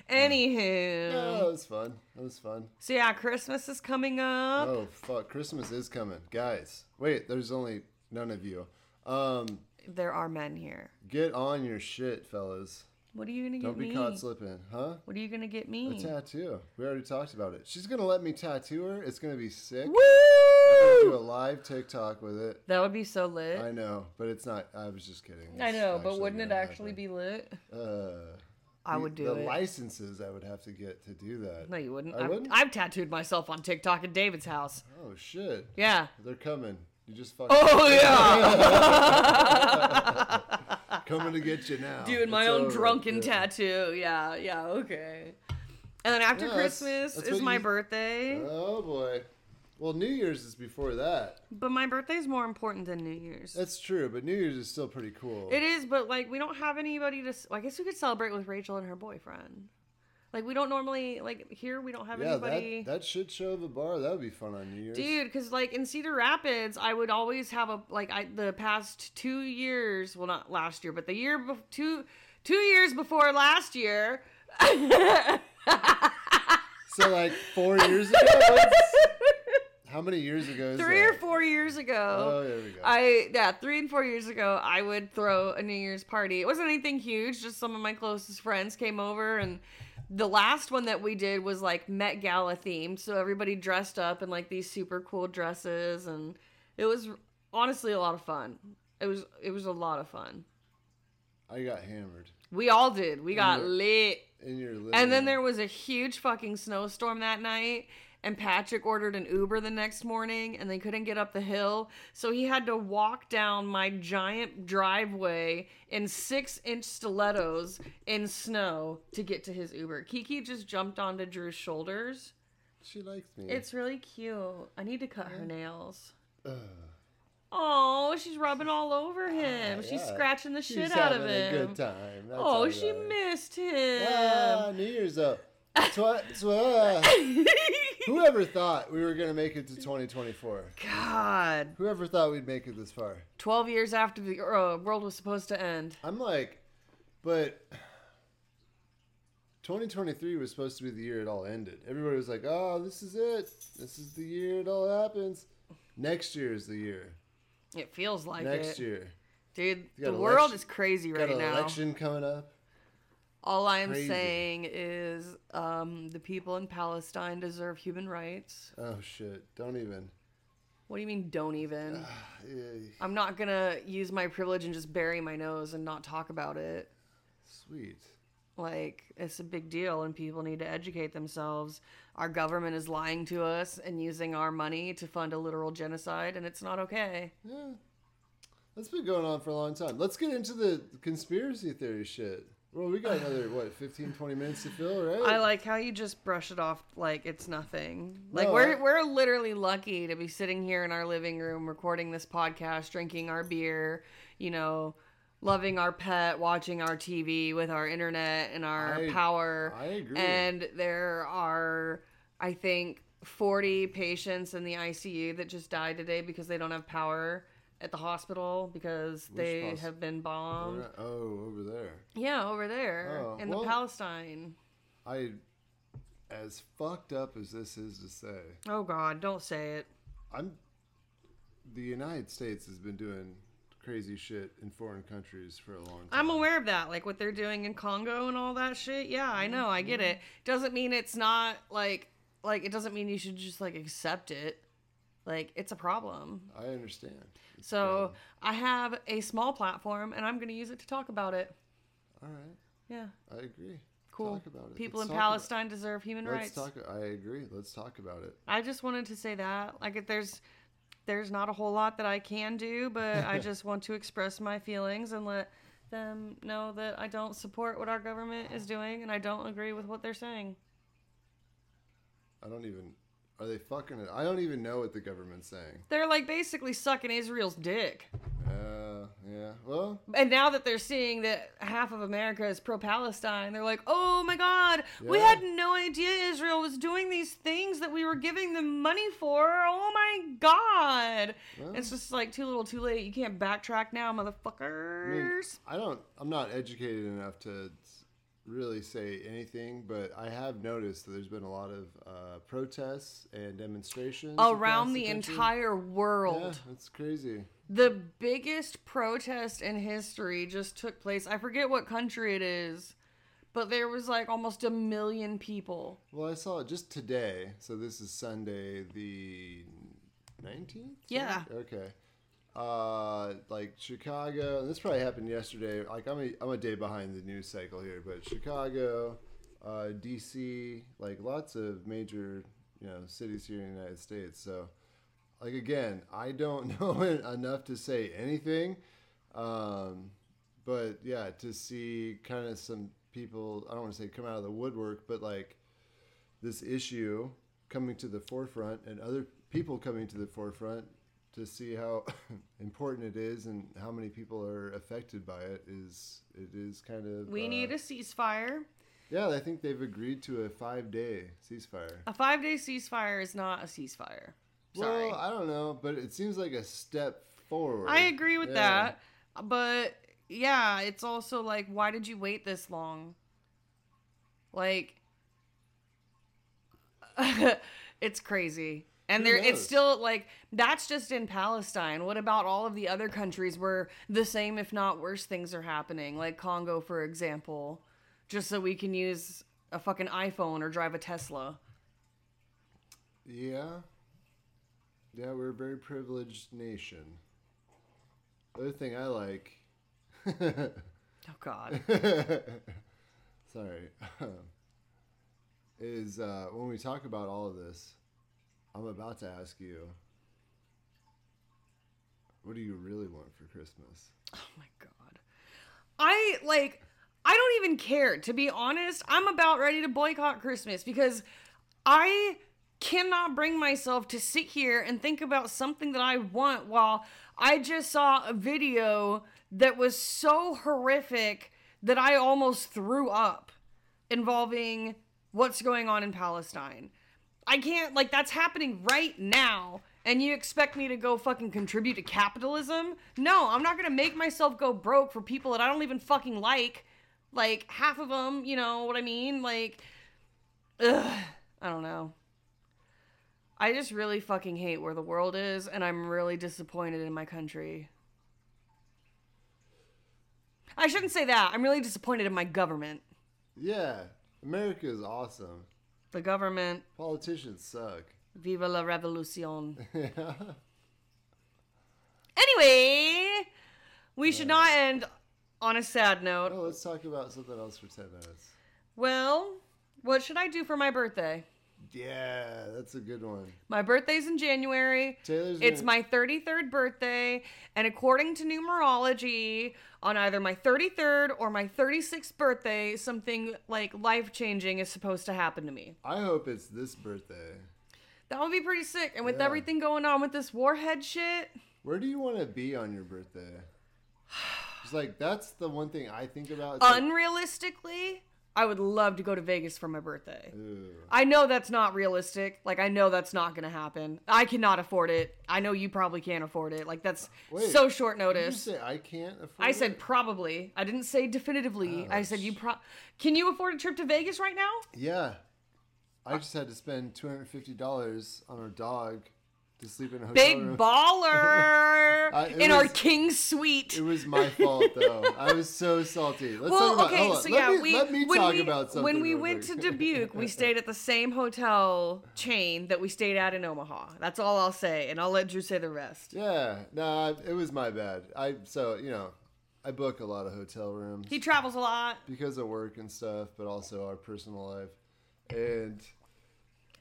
Speaker 1: Anywho,
Speaker 2: Yeah, that was fun. That was fun.
Speaker 1: so yeah, Christmas is coming up.
Speaker 2: Oh fuck, Christmas is coming, guys. Wait, there's only none of you. Um,
Speaker 1: There are men here.
Speaker 2: get on your shit, fellas.
Speaker 1: What are you gonna
Speaker 2: Don't
Speaker 1: get
Speaker 2: be
Speaker 1: me?
Speaker 2: caught slipping, huh?
Speaker 1: What are you gonna get me?
Speaker 2: A tattoo. We already talked about it. She's gonna let me tattoo her. It's gonna be sick. Do a
Speaker 1: Woo!
Speaker 2: live TikTok with it.
Speaker 1: That would be so lit.
Speaker 2: I know, but it's not. I was just kidding.
Speaker 1: I know, but wouldn't it actually be lit?
Speaker 2: be? Uh,
Speaker 1: I would do
Speaker 2: the
Speaker 1: it.
Speaker 2: licenses I would have to get to do that.
Speaker 1: no, you wouldn't.
Speaker 2: I
Speaker 1: I've,
Speaker 2: wouldn't?
Speaker 1: I've tattooed myself on TikTok at David's house.
Speaker 2: Oh shit,
Speaker 1: Yeah.
Speaker 2: they're coming. You just fucking
Speaker 1: Oh yeah,
Speaker 2: coming to get you now.
Speaker 1: Oh. doing my
Speaker 2: Oh, It's
Speaker 1: own
Speaker 2: over.
Speaker 1: drunken
Speaker 2: Yeah.
Speaker 1: tattoo. Yeah, yeah, okay. And then after
Speaker 2: Yeah, that's-
Speaker 1: Christmas
Speaker 2: that's
Speaker 1: is
Speaker 2: what
Speaker 1: my
Speaker 2: you-
Speaker 1: birthday,
Speaker 2: Oh boy. Well, New Year's is before that.
Speaker 1: but my birthday's more important than New Year's.
Speaker 2: That's true, but New Year's is still pretty cool.
Speaker 1: It is, but like we don't have anybody to. s- Well, I guess we could celebrate with Rachel and her boyfriend. Like we don't normally like here. We don't have
Speaker 2: yeah,
Speaker 1: anybody.
Speaker 2: that that shit show of a bar that would be fun on New Year's.
Speaker 1: Dude, because like in Cedar Rapids, I would always have a like I the past two years. Well, not last year, but the year bef- two two years before last year.
Speaker 2: So like four years ago. that's- how many years ago? Is
Speaker 1: three or
Speaker 2: that?
Speaker 1: four years ago.
Speaker 2: Oh, there we go.
Speaker 1: I yeah, three and four years ago, I would throw a New Year's party. It wasn't anything huge; just some of my closest friends came over, and the last one that we did was like Met Gala themed. So everybody dressed up in like these super cool dresses, and it was honestly a lot of fun. It was it was a lot of fun.
Speaker 2: I got hammered
Speaker 1: We all did. We got lit.
Speaker 2: in your living.
Speaker 1: And then
Speaker 2: room.
Speaker 1: there was a huge fucking snowstorm that night, and Patrick ordered an Uber the next morning, and they couldn't get up the hill. So he had to walk down my giant driveway in six inch stilettos in snow to get to his Uber. Kiki just jumped onto Drew's shoulders.
Speaker 2: she likes me.
Speaker 1: It's really cute. I need to cut her nails. Oh, she's rubbing all over him. she's
Speaker 2: Ah, yeah.
Speaker 1: scratching the
Speaker 2: She's
Speaker 1: shit out of
Speaker 2: having a
Speaker 1: him.
Speaker 2: good time. That's
Speaker 1: Oh,
Speaker 2: all
Speaker 1: she
Speaker 2: right.
Speaker 1: missed him.
Speaker 2: Ah, New Year's up. Twa- twa- Whoever thought we were gonna make it to 2024?
Speaker 1: God.
Speaker 2: Whoever thought we'd make it this far?
Speaker 1: 12 years after the uh, world was supposed to end.
Speaker 2: I'm like, but 2023 was supposed to be the year it all ended. Everybody was like, oh, this is it. This is the year it all happens. Next year is the year.
Speaker 1: It feels like
Speaker 2: Next
Speaker 1: it.
Speaker 2: year.
Speaker 1: Dude,
Speaker 2: got
Speaker 1: the world
Speaker 2: election-
Speaker 1: is crazy
Speaker 2: Got
Speaker 1: right
Speaker 2: an
Speaker 1: now.
Speaker 2: election coming up.
Speaker 1: All I am
Speaker 2: Crazy.
Speaker 1: saying is um, the people in Palestine deserve human rights.
Speaker 2: Oh, shit. Don't even.
Speaker 1: What do you mean, don't even?
Speaker 2: Eh,
Speaker 1: I'm not going to use my privilege and just bury my nose and not talk about it.
Speaker 2: Sweet.
Speaker 1: Like, it's a big deal, and people need to educate themselves. Our government is lying to us and using our money to fund a literal genocide, and it's not okay.
Speaker 2: Yeah. That's been going on for a long time. Let's get into the conspiracy theory shit. Well, we got another, what, 15, 20 minutes to fill, right?
Speaker 1: I like how you just brush it off like it's nothing. Like
Speaker 2: No,
Speaker 1: we're
Speaker 2: I-
Speaker 1: we're literally lucky to be sitting here in our living room recording this podcast, drinking our beer, you know, loving our pet, watching our TV with our internet and our
Speaker 2: I-
Speaker 1: power.
Speaker 2: I agree.
Speaker 1: And there are I think 40 patients in the ICU that just died today because they don't have power at the hospital because they
Speaker 2: hos-
Speaker 1: have been bombed.
Speaker 2: oh, over there.
Speaker 1: Yeah, over there
Speaker 2: Oh,
Speaker 1: in
Speaker 2: well-
Speaker 1: the Palestine.
Speaker 2: I, as fucked up as this is to say,
Speaker 1: Oh god, don't say it.
Speaker 2: I'm. The United States has been doing crazy shit in foreign countries for a long time.
Speaker 1: I'm aware of that, like what they're doing in Congo and all that shit. Yeah, I know, I get it.
Speaker 2: Mm-hmm.
Speaker 1: Doesn't mean it's not like like it doesn't mean you should just like accept it. Like it's a problem.
Speaker 2: I understand.
Speaker 1: So I have a small platform and I'm gonna use it to talk about it.
Speaker 2: All right,
Speaker 1: Yeah.
Speaker 2: I agree.
Speaker 1: Cool.
Speaker 2: Talk about it.
Speaker 1: People
Speaker 2: Let's
Speaker 1: in
Speaker 2: talk about-
Speaker 1: Palestine deserve human rights.
Speaker 2: Let's talk. I agree. Let's talk about it.
Speaker 1: I just wanted to say that. Like if there's there's not a whole lot that I can do, but I just want to express my feelings and let them know that I don't support what our government is doing and I don't agree with what they're saying.
Speaker 2: I don't even. Are they fucking it? I don't even know what the government's saying.
Speaker 1: They're like basically sucking Israel's dick.
Speaker 2: Uh, yeah. Well,
Speaker 1: And now that they're seeing that half of America is pro Palestine, they're like, oh my God, we
Speaker 2: Yeah.
Speaker 1: had no idea Israel was doing these things that we were giving them money for. Oh my God. It's just like too little, too late. You can't backtrack now,
Speaker 2: I mean,
Speaker 1: motherfuckers.
Speaker 2: I don't. I'm not educated enough to s- really say anything, but I have noticed that there's been a lot of uh, protests and demonstrations
Speaker 1: Around the
Speaker 2: across country.
Speaker 1: entire world.
Speaker 2: Yeah, that's crazy.
Speaker 1: The biggest protest in history just took place. I forget what country it is, but there was like almost a million people.
Speaker 2: Well, I saw it just today. So this is Sunday, the 19th?
Speaker 1: Yeah.
Speaker 2: Okay. Uh, like Chicago, and this probably happened yesterday. Like I'm a, I'm a day behind the news cycle here, but Chicago, uh, DC, like lots of major, you know, cities here in the United States. So, like again, I don't know it enough to say anything. Um, but yeah, to see kind of some people, I don't want to say come out of the woodwork, but like this issue coming to the forefront and other people coming to the forefront to see how important it is and how many people are affected by it is it is kind of
Speaker 1: We
Speaker 2: uh,
Speaker 1: need a ceasefire.
Speaker 2: yeah i think they've agreed to a five day ceasefire
Speaker 1: A five day ceasefire is not a ceasefire. Sorry.
Speaker 2: well i don't know but it seems like a step forward
Speaker 1: I agree with
Speaker 2: Yeah.
Speaker 1: that. But yeah, it's also like, why did you wait this long? Like, it's crazy. And
Speaker 2: Who
Speaker 1: there, it's
Speaker 2: knows?
Speaker 1: still like that's just in Palestine. What about all of the other countries where the same, if not worse, things are happening? Like Congo, for example, just so we can use a fucking iPhone or drive a Tesla.
Speaker 2: Yeah. Yeah, we're a very privileged nation. The other thing I like.
Speaker 1: Oh God.
Speaker 2: Sorry. is uh, when we talk about all of this, I'm about to ask you what do you really want for Christmas?
Speaker 1: Oh my god. I like I don't even care to be honest. I'm about ready to boycott Christmas because I cannot bring myself to sit here and think about something that I want while I just saw a video that was so horrific that I almost threw up involving what's going on in Palestine. I can't like that's happening right now and you expect me to go fucking contribute to capitalism? No, I'm not going to make myself go broke for people that I don't even fucking like. Like half of them, you know what I mean? Like ugh, I don't know. I just really fucking hate where the world is and I'm really disappointed in my country. I shouldn't say that. I'm really disappointed in my government.
Speaker 2: Yeah, America is awesome.
Speaker 1: The government
Speaker 2: Politicians suck.
Speaker 1: Viva la revolucion.
Speaker 2: yeah.
Speaker 1: Anyway, we should not end on a sad note.
Speaker 2: Well, Oh, let's talk about something else for 10 minutes.
Speaker 1: Well, what should I do for my birthday?
Speaker 2: Yeah, that's a good one.
Speaker 1: My birthday's in January.
Speaker 2: Taylor's
Speaker 1: It's
Speaker 2: gonna-
Speaker 1: my 33rd birthday, and according to numerology, on either my 33rd or my 36th birthday, something like life changing is supposed to happen to me.
Speaker 2: I hope it's this birthday.
Speaker 1: That would be pretty sick. And with
Speaker 2: Yeah.
Speaker 1: everything going on with this warhead shit,
Speaker 2: Where do you want to be on your birthday? It's like that's the one thing I think about. It's like,
Speaker 1: unrealistically, I would love to go to Vegas for my birthday.
Speaker 2: "Ooh,
Speaker 1: I know that's not realistic. Like I know that's not going to happen. I cannot afford it. I know you probably can't afford it. Like that's
Speaker 2: Wait,
Speaker 1: so short
Speaker 2: did you
Speaker 1: notice.
Speaker 2: say I can't afford.
Speaker 1: I said
Speaker 2: it?
Speaker 1: probably. I didn't say definitively. I said you pro Can you afford a trip to Vegas right now?
Speaker 2: yeah. I just had to spend two hundred fifty dollars on a dog to sleep in a hotel
Speaker 1: Big
Speaker 2: room.
Speaker 1: baller
Speaker 2: I- it
Speaker 1: in our
Speaker 2: was-
Speaker 1: king suite.
Speaker 2: it was my fault though. I was so salty. Let's
Speaker 1: well,
Speaker 2: talk about.
Speaker 1: okay,
Speaker 2: hold on,
Speaker 1: so
Speaker 2: let
Speaker 1: yeah,
Speaker 2: me,
Speaker 1: we
Speaker 2: let me
Speaker 1: when
Speaker 2: talk
Speaker 1: we,
Speaker 2: about something.
Speaker 1: when we
Speaker 2: real
Speaker 1: went to
Speaker 2: quick.
Speaker 1: Dubuque, we stayed at the same hotel chain that we stayed at in Omaha. That's all I'll say, and I'll let Drew say the rest.
Speaker 2: yeah, nah, it was my bad. I so you know, I book a lot of hotel rooms.
Speaker 1: He travels a lot.
Speaker 2: because of work and stuff, but also our personal life. And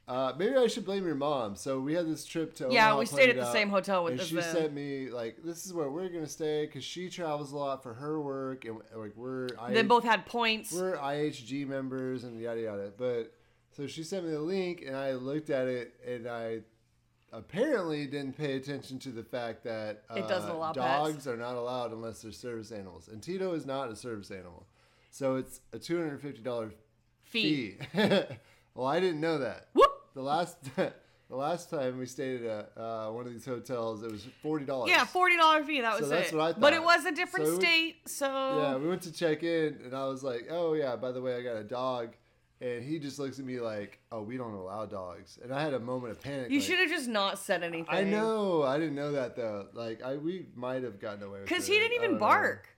Speaker 2: uh, maybe I should blame your mom. So we had this trip to
Speaker 1: Yeah,
Speaker 2: Omaha
Speaker 1: we stayed at
Speaker 2: planned
Speaker 1: the
Speaker 2: out,
Speaker 1: same hotel with
Speaker 2: and
Speaker 1: us
Speaker 2: she
Speaker 1: then.
Speaker 2: sent me like this is where we're gonna stay because she travels a lot for her work and like we're
Speaker 1: They
Speaker 2: IH
Speaker 1: both had points.
Speaker 2: we're IHG members and yada yada. But So she sent me the link, and I looked at it, and I apparently didn't pay attention to the fact that uh,
Speaker 1: It doesn't allow
Speaker 2: dogs
Speaker 1: pets.
Speaker 2: are not allowed unless they're service animals, and Tito is not a service animal, so it's a two hundred fifty dollars
Speaker 1: Fee.
Speaker 2: fee. well, I didn't know that.
Speaker 1: Whoop.
Speaker 2: The last the last time we stayed at uh, one of these hotels, it was forty dollars.
Speaker 1: Yeah, forty dollar fee. That was
Speaker 2: So that's
Speaker 1: it.
Speaker 2: what I
Speaker 1: But it
Speaker 2: thought.
Speaker 1: was a different
Speaker 2: So it was-
Speaker 1: state, so
Speaker 2: Yeah, we went to check in, and I was like, "Oh yeah, by the way, I got a dog," and he just looks at me like, "Oh, we don't allow dogs," and I had a moment of panic.
Speaker 1: you
Speaker 2: like,
Speaker 1: should have just not said anything.
Speaker 2: I know. I didn't know that though. Like, I we might have gotten away with it.
Speaker 1: because he didn't
Speaker 2: I
Speaker 1: even
Speaker 2: don't know.
Speaker 1: bark.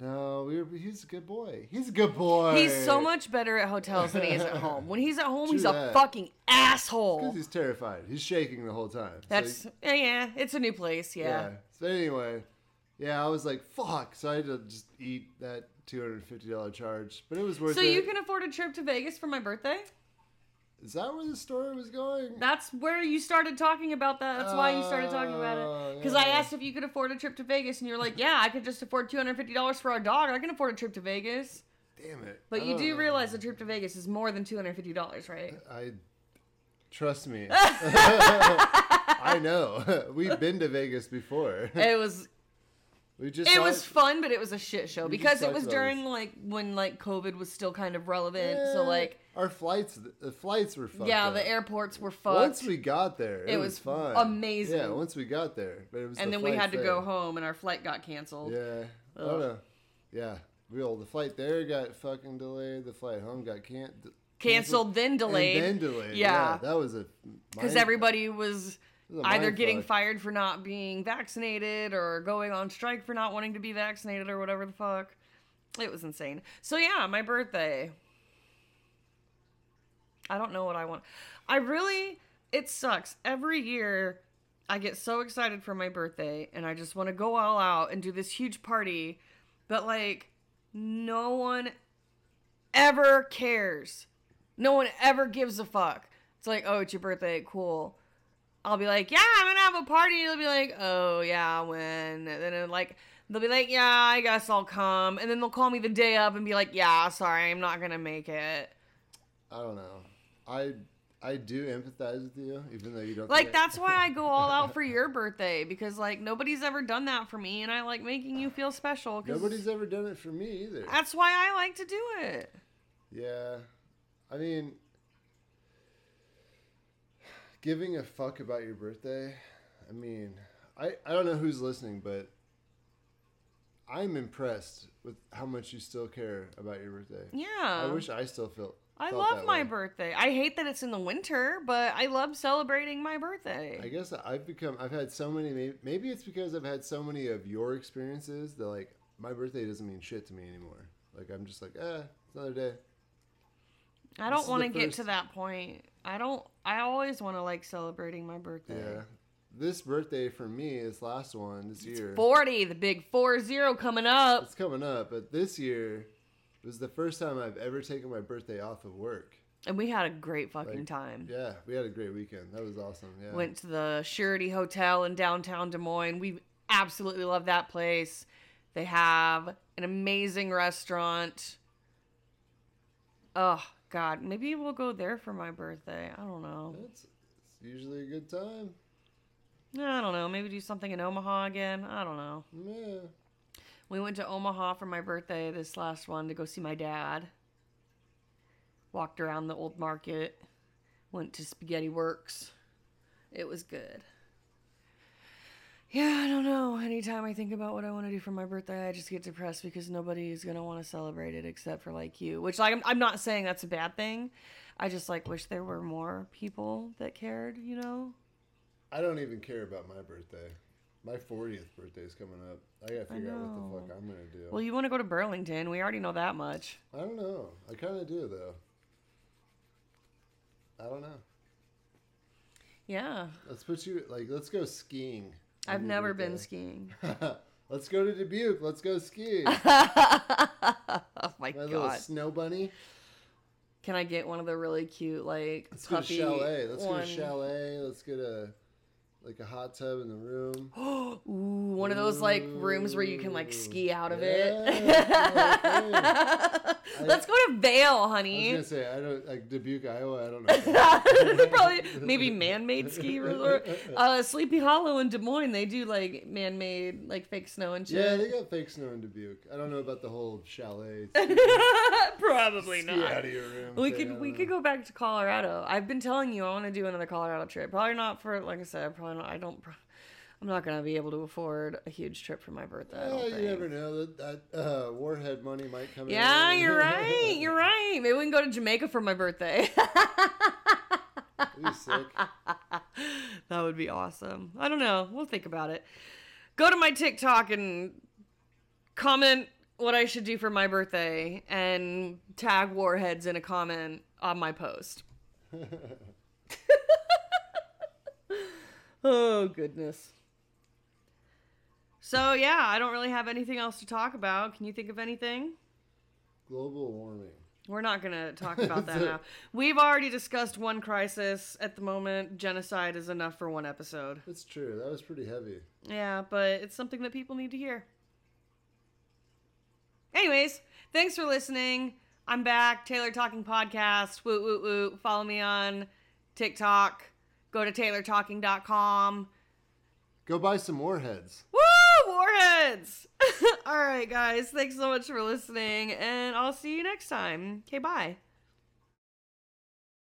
Speaker 2: No, we were, he's a good boy. He's a good boy.
Speaker 1: He's so much better at hotels than he is at home. When he's at home,
Speaker 2: True
Speaker 1: he's a
Speaker 2: that.
Speaker 1: fucking
Speaker 2: Because
Speaker 1: asshole.
Speaker 2: he's terrified. He's shaking the whole time. So
Speaker 1: That's yeah, yeah. It's a new place. Yeah.
Speaker 2: So anyway, yeah, I was like, "Fuck!" So I had to just eat that two hundred fifty dollar charge, but it was worth
Speaker 1: So
Speaker 2: it.
Speaker 1: you can afford a trip to Vegas for my birthday?
Speaker 2: Is that where the story was going?
Speaker 1: That's where you started talking about that. That's why you started talking about
Speaker 2: Oh,
Speaker 1: it. Because I
Speaker 2: yeah.
Speaker 1: asked if you could afford a trip to Vegas, and you're like, "Yeah, I could just afford two hundred fifty dollars for our dog. I can afford a trip to Vegas."
Speaker 2: Damn it!
Speaker 1: But
Speaker 2: I
Speaker 1: you
Speaker 2: don't
Speaker 1: do
Speaker 2: know.
Speaker 1: realize a trip to Vegas is more than two hundred fifty dollars, right?
Speaker 2: I trust me. I know. We've been to Vegas before.
Speaker 1: It was
Speaker 2: We just
Speaker 1: it
Speaker 2: saw
Speaker 1: was fun, but it was a shit show because it
Speaker 2: talked
Speaker 1: was
Speaker 2: about
Speaker 1: during
Speaker 2: this.
Speaker 1: like when like COVID was still kind of relevant.
Speaker 2: Yeah.
Speaker 1: So like
Speaker 2: our flights, the flights were fun.
Speaker 1: yeah, the airports were fucked,
Speaker 2: Once we got there, it,
Speaker 1: It
Speaker 2: was,
Speaker 1: was
Speaker 2: fun.
Speaker 1: amazing.
Speaker 2: Yeah, once we got there, but it was.
Speaker 1: and
Speaker 2: the
Speaker 1: then we had
Speaker 2: flights
Speaker 1: to go
Speaker 2: there.
Speaker 1: home, and our flight got canceled.
Speaker 2: Yeah. I don't know. Yeah. Real. The flight there got fucking delayed. The flight home got can-
Speaker 1: Canceled, then delayed.
Speaker 2: And then delayed.
Speaker 1: Yeah.
Speaker 2: That was a.
Speaker 1: because
Speaker 2: mind-
Speaker 1: everybody was
Speaker 2: was a
Speaker 1: either
Speaker 2: mind
Speaker 1: getting
Speaker 2: fuck.
Speaker 1: fired for not being vaccinated or going on strike for not wanting to be vaccinated or whatever the fuck. It was insane. So yeah, my birthday. I don't know what I want. I really it sucks. Every year I get so excited for my birthday and I just want to go all out and do this huge party, but like no one ever cares. No one ever gives a fuck. It's like, oh, it's your birthday, cool. I'll be like, yeah, I'm gonna have a party. They'll be like, oh yeah, when? And then it, like they'll be like, yeah, I guess I'll come. And then they'll call me the day up and be like, yeah, sorry, I'm not gonna make it.
Speaker 2: I don't know. I I do empathize with you, even though you don't.
Speaker 1: Like
Speaker 2: think-
Speaker 1: that's why I go all out for your birthday because like nobody's ever done that for me, and I like making you feel special. 'cause
Speaker 2: Nobody's e- ever done it for me either.
Speaker 1: That's why I like to do it.
Speaker 2: Yeah. I mean, giving a fuck about your birthday. I mean, I, I don't know who's listening, but I'm impressed with how much you still care about your birthday.
Speaker 1: Yeah.
Speaker 2: I wish I still felt.
Speaker 1: I
Speaker 2: felt
Speaker 1: love
Speaker 2: that
Speaker 1: my
Speaker 2: way.
Speaker 1: birthday. I hate that it's in the winter, but I love celebrating my birthday.
Speaker 2: I guess I've become. I've had so many. may- Maybe it's because I've had so many of your experiences that like my birthday doesn't mean shit to me anymore. Like I'm just like, eh, it's another day.
Speaker 1: I
Speaker 2: This
Speaker 1: don't
Speaker 2: is
Speaker 1: want to
Speaker 2: the
Speaker 1: get
Speaker 2: first-
Speaker 1: to that point. I don't. I always want to like celebrating my birthday.
Speaker 2: Yeah. This birthday for me, this last one this year.
Speaker 1: Forty, the big four zero coming up.
Speaker 2: It's coming up, but this year was the first time I've ever taken my birthday off of work.
Speaker 1: And we had a great fucking time.
Speaker 2: Yeah, we had a great weekend. That was awesome. Yeah.
Speaker 1: Went to the Surety Hotel in downtown Des Moines. We absolutely love that place. They have an amazing restaurant. Oh God, maybe we'll go there for my birthday. I don't know.
Speaker 2: That's it's usually a good time.
Speaker 1: I don't know. Maybe do something in Omaha again. I don't know.
Speaker 2: Yeah.
Speaker 1: We went to Omaha for my birthday this last one to go see my dad. Walked around the old market, went to Spaghetti Works. It was good. Yeah, I don't know. Anytime I think about what I want to do for my birthday, I just get depressed because nobody is going to want to celebrate it except for like you, which like, I'm, I'm not saying that's a bad thing. I just like wish there were more people that cared, you know?
Speaker 2: I don't even care about my birthday. My 40th birthday is coming up. I gotta figure out what the fuck I'm gonna do.
Speaker 1: Well, you want to go to Burlington. We already know that much.
Speaker 2: I don't know. I kind of do though. I don't know.
Speaker 1: Yeah.
Speaker 2: Let's put you like let's go skiing. on
Speaker 1: I've
Speaker 2: your
Speaker 1: never been
Speaker 2: birthday.
Speaker 1: skiing.
Speaker 2: let's go to Dubuque. Let's go skiing.
Speaker 1: oh
Speaker 2: My
Speaker 1: my
Speaker 2: little
Speaker 1: god!
Speaker 2: snow bunny.
Speaker 1: Can I get one of the really cute like
Speaker 2: Let's go to
Speaker 1: puppy
Speaker 2: chalet. Let's go
Speaker 1: one?
Speaker 2: to chalet. Let's go to like a hot tub in the room.
Speaker 1: Ooh, one of those like rooms where you can like ski out of
Speaker 2: Yeah,
Speaker 1: it. Let's go to Vail,
Speaker 2: I was
Speaker 1: honey.
Speaker 2: gonna say I don't like Dubuque, Iowa. I don't know.
Speaker 1: Probably maybe man-made ski resort. Uh, Sleepy Hollow in Des Moines, they do like man-made like fake snow and
Speaker 2: yeah,
Speaker 1: shit.
Speaker 2: they got fake snow in Dubuque. I don't know about the whole chalet.
Speaker 1: Probably
Speaker 2: ski
Speaker 1: not.
Speaker 2: out of your room.
Speaker 1: We
Speaker 2: thing, I
Speaker 1: could we
Speaker 2: don't
Speaker 1: could
Speaker 2: know.
Speaker 1: go back to Colorado. I've been telling you I want to do another Colorado trip. Probably not for like I said. Probably not. I don't. pro- I'm not gonna be able to afford a huge trip for my birthday. I
Speaker 2: Yeah,
Speaker 1: don't
Speaker 2: you
Speaker 1: think.
Speaker 2: never know that, that uh, warhead money might come
Speaker 1: Yeah,
Speaker 2: in.
Speaker 1: you're right. You're right. Maybe we can go to Jamaica for my birthday.
Speaker 2: Ooh, sick.
Speaker 1: that would be awesome. I don't know. We'll think about it. Go to my TikTok and comment what I should do for my birthday and tag Warheads in a comment on my post. oh, goodness. So, yeah, I don't really have anything else to talk about. Can you think of anything?
Speaker 2: Global warming.
Speaker 1: We're not going to talk about that
Speaker 2: So-
Speaker 1: now. We've already discussed one crisis at the moment. Genocide is enough for one episode.
Speaker 2: That's true. That was pretty heavy.
Speaker 1: Yeah, but it's something that people need to hear. Anyways, thanks for listening. I'm back. Taylor Talking Podcast. Woot, woot, woot. Follow me on TikTok. Go to taylortalking.com.
Speaker 2: Go buy some warheads.
Speaker 1: Woo! Warheads! All right, guys. Thanks so much for listening, and I'll see you next time. Okay, bye.